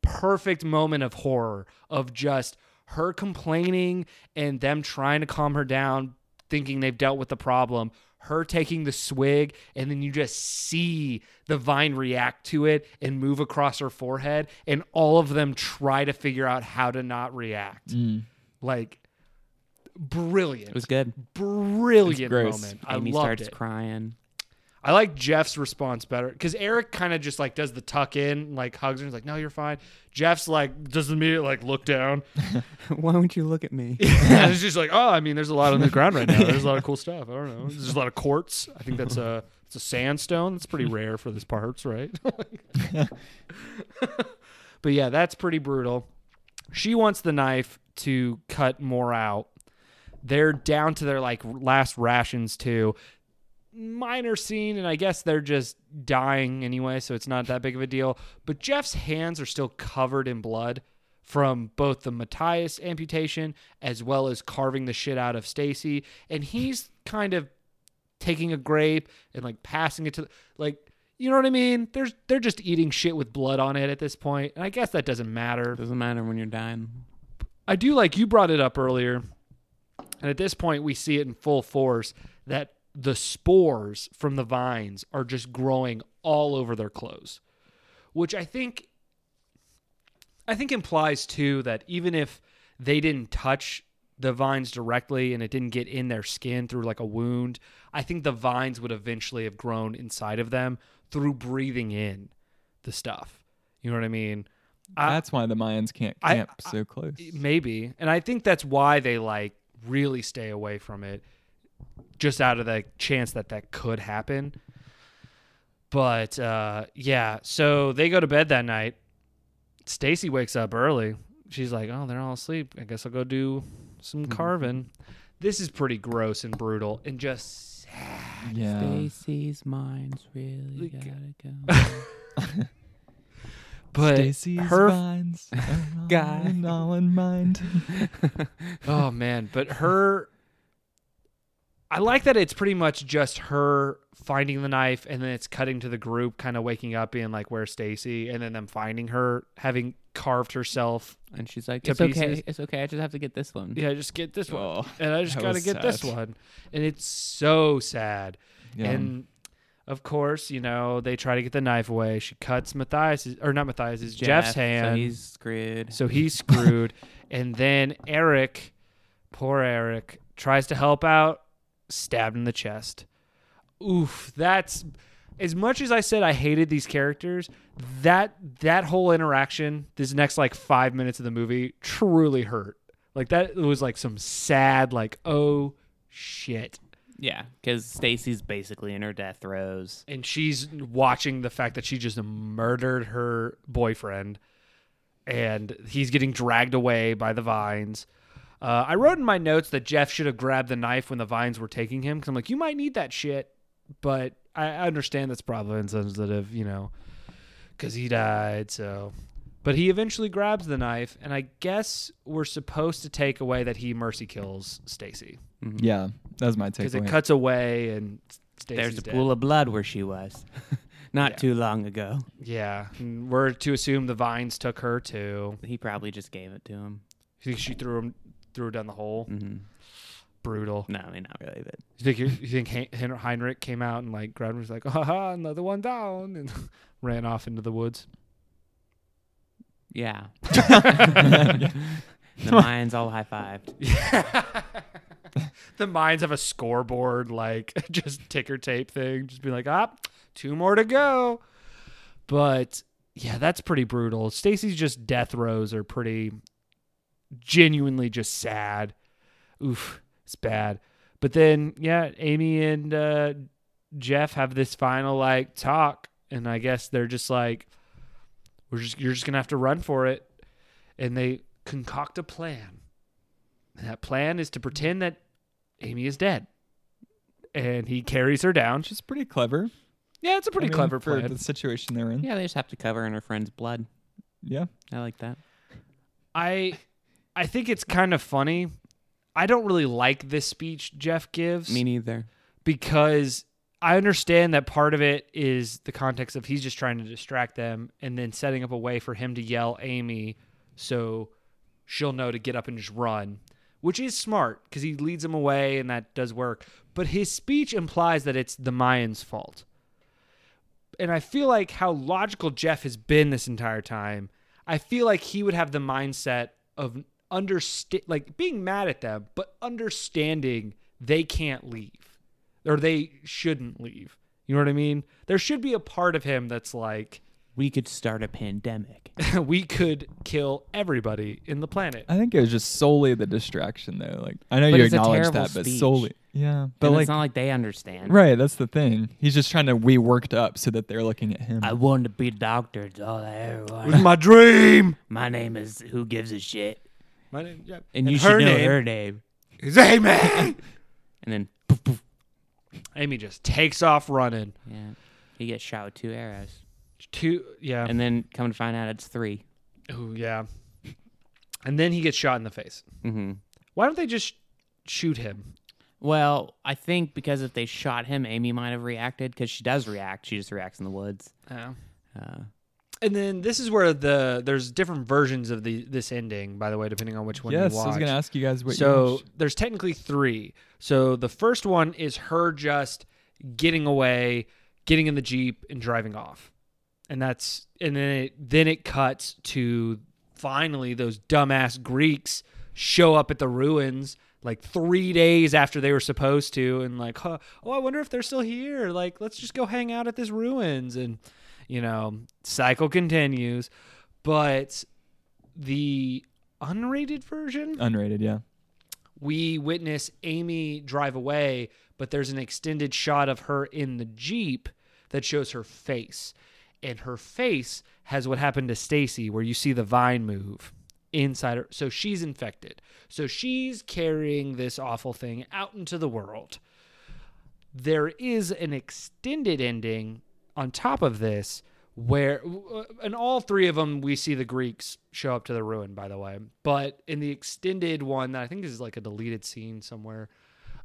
S1: perfect moment of horror of just her complaining and them trying to calm her down, thinking they've dealt with the problem. Her taking the swig, and then you just see the vine react to it and move across her forehead, and all of them try to figure out how to not react. Like, brilliant
S2: Mm. It was good.
S1: brilliant
S3: gross.
S1: moment. I
S2: Amy
S1: loved
S2: starts
S1: it.
S2: crying.
S1: I like Jeff's response better because Eric kind of just like does the tuck in, like hugs her, and is like, "No, you're fine." Jeff's like does the immediate like look
S2: [laughs]
S1: down.
S2: [laughs] Why won't you look at me?
S1: and it's just like, "Oh, I mean, there's a lot on the ground right now. There's a lot of cool stuff. I don't know. There's a lot of quartz. I think that's a it's a sandstone. That's pretty rare for this parts, right?" [laughs]
S2: [laughs]
S1: but yeah, that's pretty brutal. She wants the knife to cut more out. They're down to their like last rations too. Minor scene, and I guess they're just dying anyway, so it's not that big of a deal. But Jeff's hands are still covered in blood from both the Matthias amputation as well as carving the shit out of Stacy, and he's kind of taking a grape and like passing it to like you know what I mean? There's they're just eating shit with blood on it at this point, and I guess that doesn't matter.
S2: Doesn't matter when you're dying.
S1: I do like you brought it up earlier, and at this point we see it in full force that the spores from the vines are just growing all over their clothes, which I think I think implies too that even if they didn't touch the vines directly and it didn't get in their skin through like a wound, I think the vines would eventually have grown inside of them through breathing in the stuff. You know what I mean? I-
S3: That's why the Mayans can't
S1: I-
S3: camp so close.
S1: Maybe. And I think that's why they like really stay away from it just out of the chance that that could happen. But uh, yeah, so they go to bed that night. Stacy wakes up early. She's like, "Oh, they're all asleep. I guess I'll go do some carving." This is pretty gross and brutal and just
S3: Yeah.
S2: Stacy's mind's really
S1: Like-
S2: gotta
S1: [laughs]
S2: go.
S1: but
S3: Stacy's
S1: her
S2: [laughs]
S3: vines are all
S2: Guy.
S3: in- all
S2: [laughs]
S3: in mind.
S1: oh man but her i like that it's pretty much just her finding the knife and then it's cutting to the group kind of waking up being like where's stacy and then them finding her having carved herself
S2: and she's like,
S1: To
S2: "It's okay,
S1: pieces.
S2: it's okay. I just have to get this one."
S1: yeah just get this one
S3: Oh,
S1: and i just
S3: that
S1: gotta
S3: was
S1: get this
S3: sad.
S1: one and it's so sad
S3: Yeah.
S1: and of course you know they try to get the knife away she cuts matthias or not matthias's jeff's
S2: Jeff, so
S1: hand
S2: he's screwed.
S1: So he's screwed. and then Eric, poor Eric, tries to help out, stabbed in the chest. Oof, that's as much as I said I hated these characters, that that whole interaction, this next like five minutes of the movie, truly hurt. Like that was like some sad, like, oh shit.
S2: Yeah, because Stacy's basically in her death throes.
S1: and she's watching the fact that she just murdered her boyfriend and he's getting dragged away by the vines uh, i wrote in my notes that jeff should have grabbed the knife when the vines were taking him because i'm like you might need that shit but i, I understand that's probably insensitive you know because he died so but he eventually grabs the knife and i guess we're supposed to take away that he mercy kills stacy
S2: Mm-hmm.
S3: yeah, that was my
S1: because
S3: takeaway.
S1: it cuts away and Stacy's
S2: There's a
S1: dead.
S2: pool of blood where she was, [laughs] not
S1: Yeah.
S2: too long ago.
S1: Yeah, and Mm, we're to assume the vines took her too.
S2: He probably just gave it to him.
S1: You think she threw him threw her down the hole?
S2: hmm
S1: Brutal.
S2: No, I mean not really, but
S1: You think you think Hen- Hen- Heinrich came out and like grabbed him? and was like, "Ha ha, another one down," and [laughs] ran off into the woods.
S2: yeah. [laughs] the mind's all high fived.
S1: the mines have a scoreboard, like [laughs] just ticker tape thing. Just be like, ah, two more to go. But yeah, that's pretty brutal. Stacy's just death rows are pretty genuinely just sad. Oof, it's bad. But then, yeah, Amy and uh, Jeff have this final like talk, and I guess they're just like, "We're just you're just gonna have to run for it," and they concoct a plan. And that plan is to pretend that Amy is dead. And he carries her down.
S3: Which is pretty clever.
S1: Yeah, it's a pretty
S3: I mean,
S1: clever
S3: for
S1: plan.
S3: the situation they're in.
S2: Yeah, they just have to cover in her friend's blood.
S3: Yeah.
S2: I like that.
S1: I I think it's kind of funny. I don't really like this speech Jeff gives
S2: Me neither.
S1: because I understand that part of it is the context of he's just trying to distract them and then setting up a way for him to yell Amy so she'll know to get up and just run, which is smart because he leads them away and that does work. But his speech implies that it's the Mayans' fault. And I feel like how logical Jeff has been this entire time, I feel like he would have the mindset of understand like being mad at them, but understanding they can't leave or they shouldn't leave. You know what I mean? There should be a part of him that's like, [laughs]
S2: We could start a [laughs] pandemic.
S1: we could kill everybody in the planet.
S3: I think it was just solely the distraction, though. Like I know
S2: But
S3: you
S2: it's a
S3: acknowledge
S2: terrible
S3: that, but
S2: speech.
S3: solely, yeah. But
S2: But
S3: like,
S2: it's not like they understand.
S3: right, that's the thing. He's just trying to we worked up so that they're looking at him.
S2: I wanted to be a doctor. It's all I ever wanted.
S1: It's [laughs] my dream.
S2: My name is Who Gives a Shit.
S1: My name, yeah.
S2: And, you
S1: her
S2: should know
S1: name
S2: her name.
S1: is Amy.
S2: And then, poof, poof.
S1: Amy just takes off running.
S2: yeah, he gets shot with two arrows.
S1: Two, yeah,
S2: And then come to find out it's three.
S1: Ooh, yeah. And then he gets shot in the face.
S2: Mm-hmm.
S1: Why don't they just shoot him?
S2: Well, I think because if they shot him, Amy might have reacted because she does react. She just reacts in the woods.
S1: Yeah.
S2: Uh,
S1: And then this is where the there's different versions of the this ending, by the way, depending on which one
S3: yes,
S1: you watch.
S3: I was gonna ask you guys what. you
S1: so
S3: watched.
S1: there's technically three. So the first one is her just getting away, getting in the jeep, and driving off, and that's and then it, then it cuts to finally those dumbass Greeks show up at the ruins like three days after they were supposed to, and like, huh, oh, I wonder if they're still here. Like, let's just go hang out at this ruins, and you know, cycle continues, but the unrated version
S3: unrated, yeah.
S1: we witness Amy drive away, but there's an extended shot of her in the Jeep that shows her face. And her face has what happened to Stacy, where you see the vine move inside her. So she's infected. So she's carrying this awful thing out into the world. There is an extended ending on top of this where in all three of them we see the greeks show up to the ruin by the way but in the extended one that i think is like a deleted scene somewhere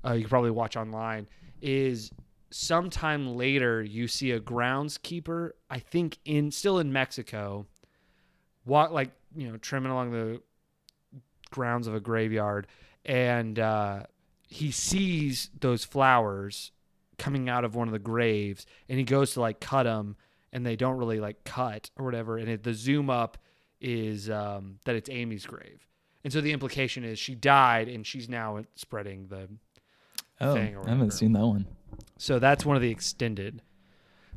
S1: uh, you can probably watch online is sometime later you see a groundskeeper i think in still in mexico walk like you know trimming along the grounds of a graveyard and uh, he sees those flowers coming out of one of the graves and he goes to like cut them and they don't really like cut or whatever and it, the zoom up is um, that it's amy's grave and so the implication is she died and she's now spreading the
S3: Oh, I
S1: Thing or
S3: haven't
S1: whatever.
S3: seen that one.
S1: so that's one of the extended.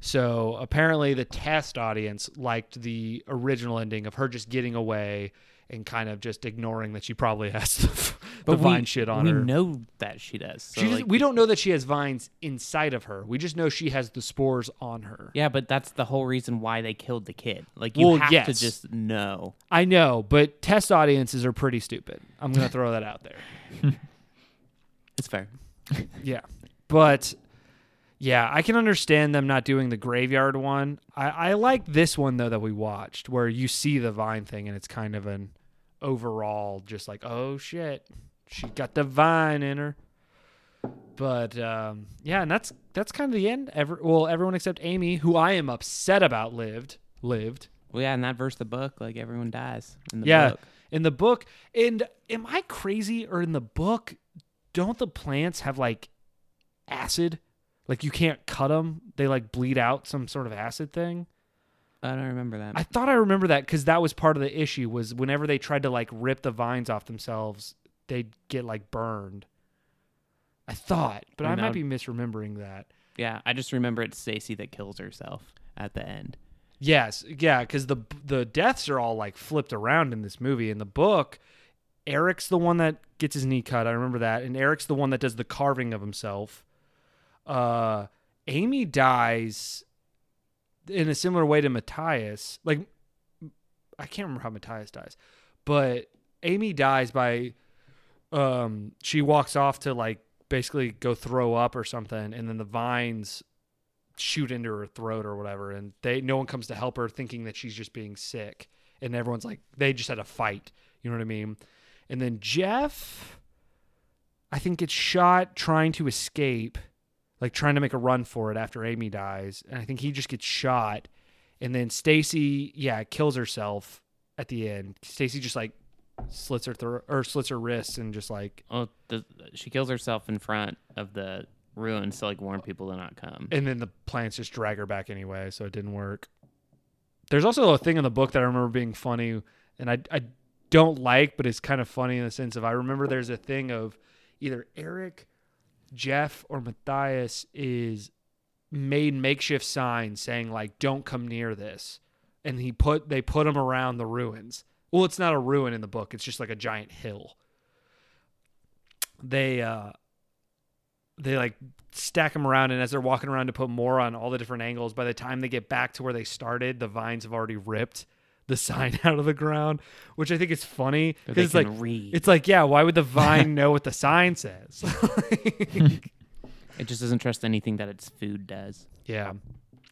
S1: So apparently the test audience liked the original ending of her just getting away and kind of just ignoring that she probably has [laughs] the, the vine shit on
S2: we
S1: her.
S2: know that she does. So
S1: she just,
S2: like,
S1: we don't know that she has vines inside of her. We just know she has the spores on her.
S2: yeah, but that's the whole reason why they killed the kid. Like you
S1: Well,
S2: have to
S1: yes.
S2: just know.
S1: I know, but test audiences are pretty stupid. I'm going to throw that out there.
S2: It's fair.
S1: Yeah. But yeah, I can understand them not doing the graveyard one. I, I like this one though that we watched where you see the vine thing and it's kind of an overall just like, oh shit. She got the vine in her. But um, yeah, and that's that's kind of the end. Ever well, everyone except Amy, who I am upset about lived lived.
S2: Well, yeah, in that verse, of the book, like everyone dies in the
S1: yeah.
S2: book.
S1: In the book. And am I crazy or in the book don't the plants have like acid? Like you can't cut them. They like bleed out some sort of acid thing.
S2: I don't remember that.
S1: I thought I remember that cuz that was part of the issue was whenever they tried to like rip the vines off themselves, they'd get like burned. I thought, but I
S2: And
S1: might
S2: that-
S1: be misremembering that.
S2: yeah, I just remember it's Stacy that kills herself at the end.
S1: Yes, yeah, because the the deaths are all like flipped around in this movie. In the book, Eric's the one that gets his knee cut. I remember that, and Eric's the one that does the carving of himself. Uh, Amy dies in a similar way to Matthias. Like, I can't remember how Matthias dies, but Amy dies by um she walks off to like basically go throw up or something, and then the vines shoot into her throat or whatever and they no one comes to help her thinking that she's just being sick and everyone's like they just had a fight you know what i mean and then jeff i think gets shot trying to escape like trying to make a run for it after amy dies and i think he just gets shot and then stacy yeah kills herself at the end stacy just like slits her throat or slits her wrists and just like
S2: Well, the, she kills herself in front of the ruins to like warn people to not come.
S1: and then the plants just drag her back anyway, so it didn't work. There's also a thing in the book that I remember being funny, and I I don't like, but it's kind of funny in the sense of I remember there's a thing of either Eric, Jeff, or Matthias is made makeshift signs saying like "Don't come near this," and he put they put him around the ruins. Well, it's not a ruin in the book; it's just like a giant hill. They uh they like stack them around and as they're walking around to put more on all the different angles by the time they get back to where they started the vines have already ripped the sign [laughs] out of the ground which i think is funny 'cause
S2: Or they
S1: it's like
S2: can read.
S1: it's like yeah why would the
S2: [laughs]
S1: vine know what the sign says [laughs]
S2: it just doesn't trust anything that its food does.
S1: yeah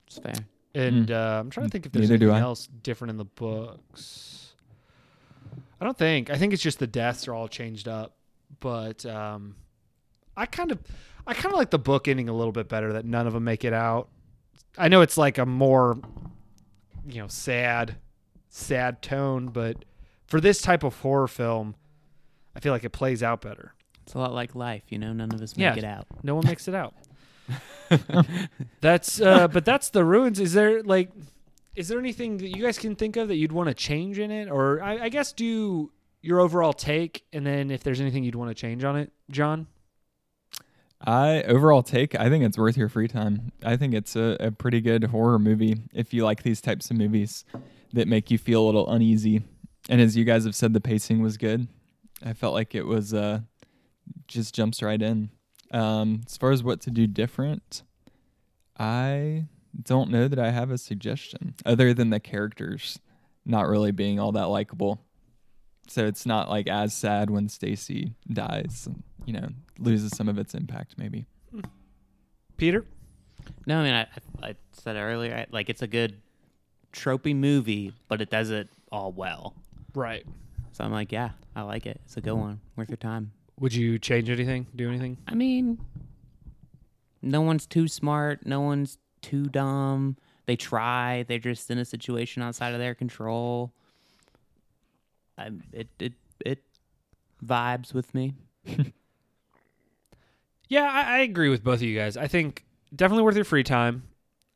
S2: It's fair.
S1: and uh, i'm trying to think if there's
S3: Hmm. Neither do
S1: anything
S3: I.
S1: else different in the books i don't think i think it's just the deaths are all changed up but um i kind of i kind of like the book ending a little bit better that none of them make it out i know it's like a more you know sad sad tone but for this type of horror film i feel like it plays out better
S2: It's a lot like life, you know. None of us make
S1: Yeah.
S2: it out.
S1: no one makes it [laughs] out. that's uh but that's the ruins. Is there like is there anything that you guys can think of that you'd want to change in it? Or I, I guess do your overall take and then if there's anything you'd want to change on it, John?
S3: I overall take. I think it's worth your free time. I think it's a, a pretty good horror movie if you like these types of movies that make you feel a little uneasy. And as you guys have said, the pacing was good. I felt like it was uh, just jumps right in. Um, as far as what to do different, I don't know that I have a suggestion other than the characters not really being all that likable. So it's not like as sad when Stacy dies and, you know, loses some of its impact maybe.
S1: Peter?
S2: No, I mean, I- I, I said earlier, I, like it's a good tropey movie, but it does it all well.
S1: Right.
S2: So I'm like, yeah, I like it. It's a good one. Worth your time.
S1: Would you change anything? Do anything?
S2: I mean, no one's too smart. No one's too dumb. They try. They're just in a situation outside of their control. I, it it it vibes with me.
S1: Yeah, I, I agree with both of you guys. I think definitely worth your free time.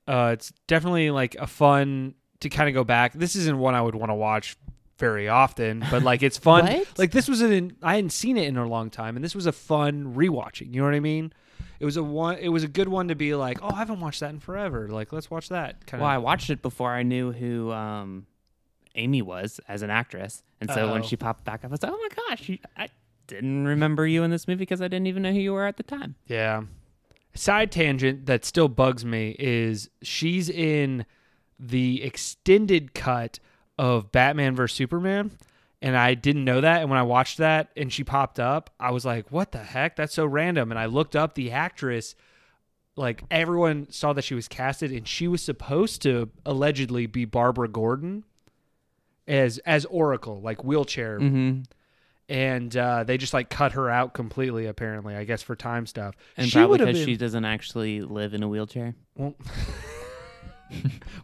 S1: Uh, it's definitely like a fun to kind of go back. This isn't one I would want to watch very often, but like it's fun.
S2: What?
S1: Like this was an I hadn't seen it in a long time, and this was a fun rewatching. You know what I mean? It was a one. It was a good one to be like, oh, I haven't watched that in forever. Like let's watch that. Kind
S2: Well, I
S1: of.
S2: watched it before I knew who um, Amy was as an actress, and so when
S1: Oh.
S2: she popped back up, I was like, "Oh my gosh, you, I didn't remember you in this movie because I didn't even know who you were at the time."
S1: Yeah. Side tangent that still bugs me is she's in the extended cut of Batman vs Superman, and I didn't know that. And when I watched that, and she popped up, I was like, "What the heck? That's so random." And I looked up the actress. Like everyone saw that she was casted, and she was supposed to allegedly be Barbara Gordon as as Oracle, like wheelchair
S2: Mm-hmm.
S1: and uh, they just like cut her out completely. Apparently, I guess for time stuff.
S2: And
S1: she
S2: probably
S1: would have
S2: because
S1: been.
S2: she doesn't actually live in a wheelchair.
S1: well-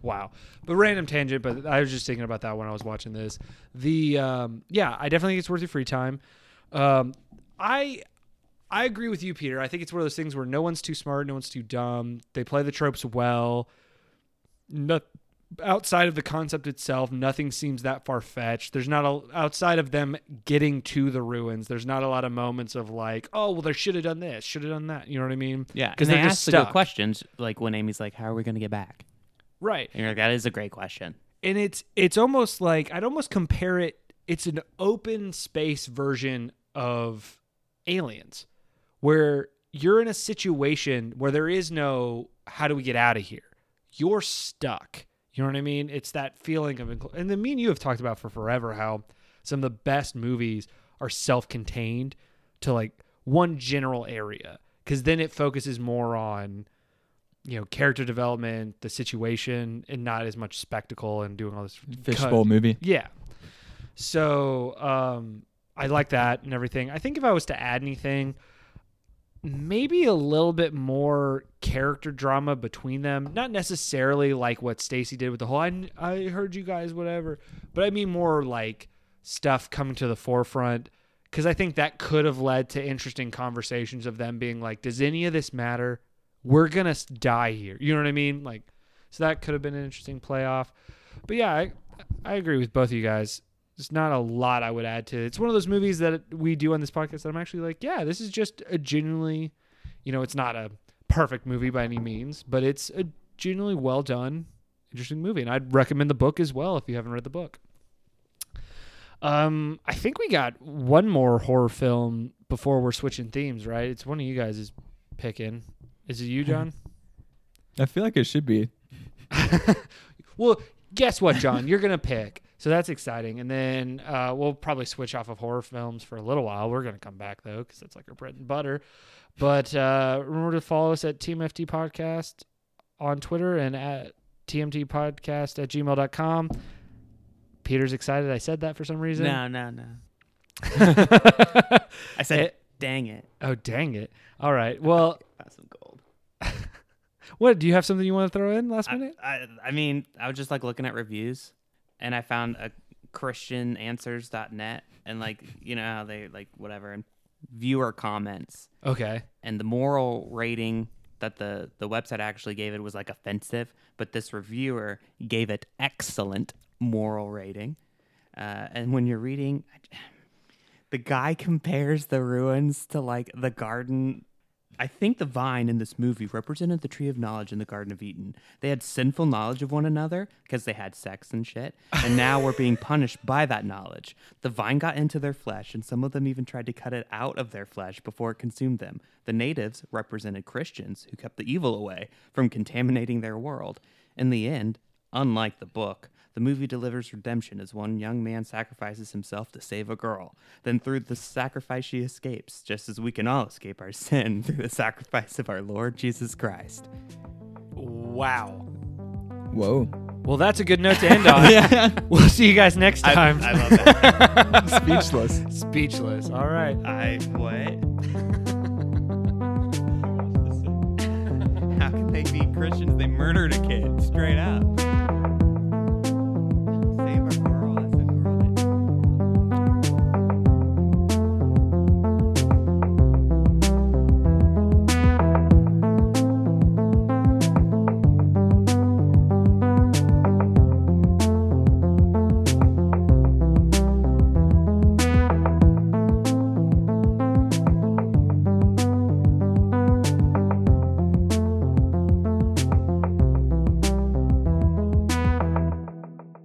S1: wow, but random tangent. But I was just thinking about that when I was watching this. The um, yeah, I definitely think it's worth your free time. Um, I I agree with you, Peter. I think it's one of those things where no one's too smart, no one's too dumb. They play the tropes well. Not outside of the concept itself, nothing seems that far fetched. There's not a outside of them getting to the ruins. There's not a lot of moments of like, oh well, they should have done this, should have done that. You know what I mean?
S2: Yeah,
S1: because
S2: and
S1: they're
S2: they
S1: just
S2: ask the
S1: stuck.
S2: good questions, like when Amy's like, "How are we going to get back?"
S1: Right.
S2: And you're like, "That is a great question."
S1: and it's it's almost like I'd almost compare it. It's an open space version of Aliens, where you're in a situation where there is no how do we get out of here. You're stuck. You know what I mean? It's that feeling of incl- and then me and you have talked about for forever how some of the best movies are self-contained to like one general area because then it focuses more on you know character development the situation and not as much spectacle and doing all this cut-
S3: Fishbowl movie.
S1: yeah so um i like that and everything i think if i was to add anything maybe a little bit more character drama between them not necessarily like what stacy did with the whole I, kn- I heard you guys whatever but i mean more like stuff coming to the forefront because i think that could have led to interesting conversations of them being like does any of this matter we're gonna s- die here you know what i mean like so that could have been an interesting playoff but yeah i, I agree with both of you guys there's not a lot I would add to it. It's one of those movies that we do on this podcast that I'm actually like, yeah, this is just a genuinely, you know, it's not a perfect movie by any means, but it's a genuinely well done, interesting movie. And I'd recommend the book as well if you haven't read the book. Um, I think we got one more horror film before we're switching themes, right? It's one of you guys is picking. Is it you, John?
S3: I feel like it should be.
S1: Well, guess what, John? You're gonna pick. So that's exciting. And then uh, we'll probably switch off of horror films for a little while. We're gonna come back though, because that's like our bread and butter. But uh, remember to follow us at Team FT Podcast on Twitter and at TMT Podcast at gmail.com. Peter's excited. I said that for some reason.
S2: No, no, no. I said,
S1: It-
S2: "Dang it,
S1: [laughs] Oh dang it! All right. Well,
S2: that's some gold."
S1: what do you have something you want to throw in last
S2: I,
S1: minute?
S2: I, I mean, I was just like looking at reviews and I found a christiananswers.net and like, you know how they like whatever and viewer comments
S1: Okay.
S2: and the moral rating that the the website actually gave it was like offensive, but this reviewer gave it excellent moral rating. Uh, and when you're reading, the guy compares the ruins to like the garden I think the vine in this movie represented the tree of knowledge in the Garden of Eden. They had sinful knowledge of one another because they had sex and shit, and now we're being punished by that knowledge. The vine got into their flesh, and some of them even tried to cut it out of their flesh before it consumed them. The natives represented Christians who kept the evil away from contaminating their world. In the end, unlike the book, the movie delivers redemption as one young man sacrifices himself to save a girl. Then, through the sacrifice, she escapes, just as we can all escape our [laughs] sin through the sacrifice of our Lord Jesus Christ.
S1: Wow.
S3: Whoa.
S1: Well, that's a good note to end [laughs] on. We'll see you guys next time.
S2: I love that.
S3: [laughs] Speechless.
S1: Speechless. All right.
S2: I what? How can they be Christians? They murdered a kid straight up.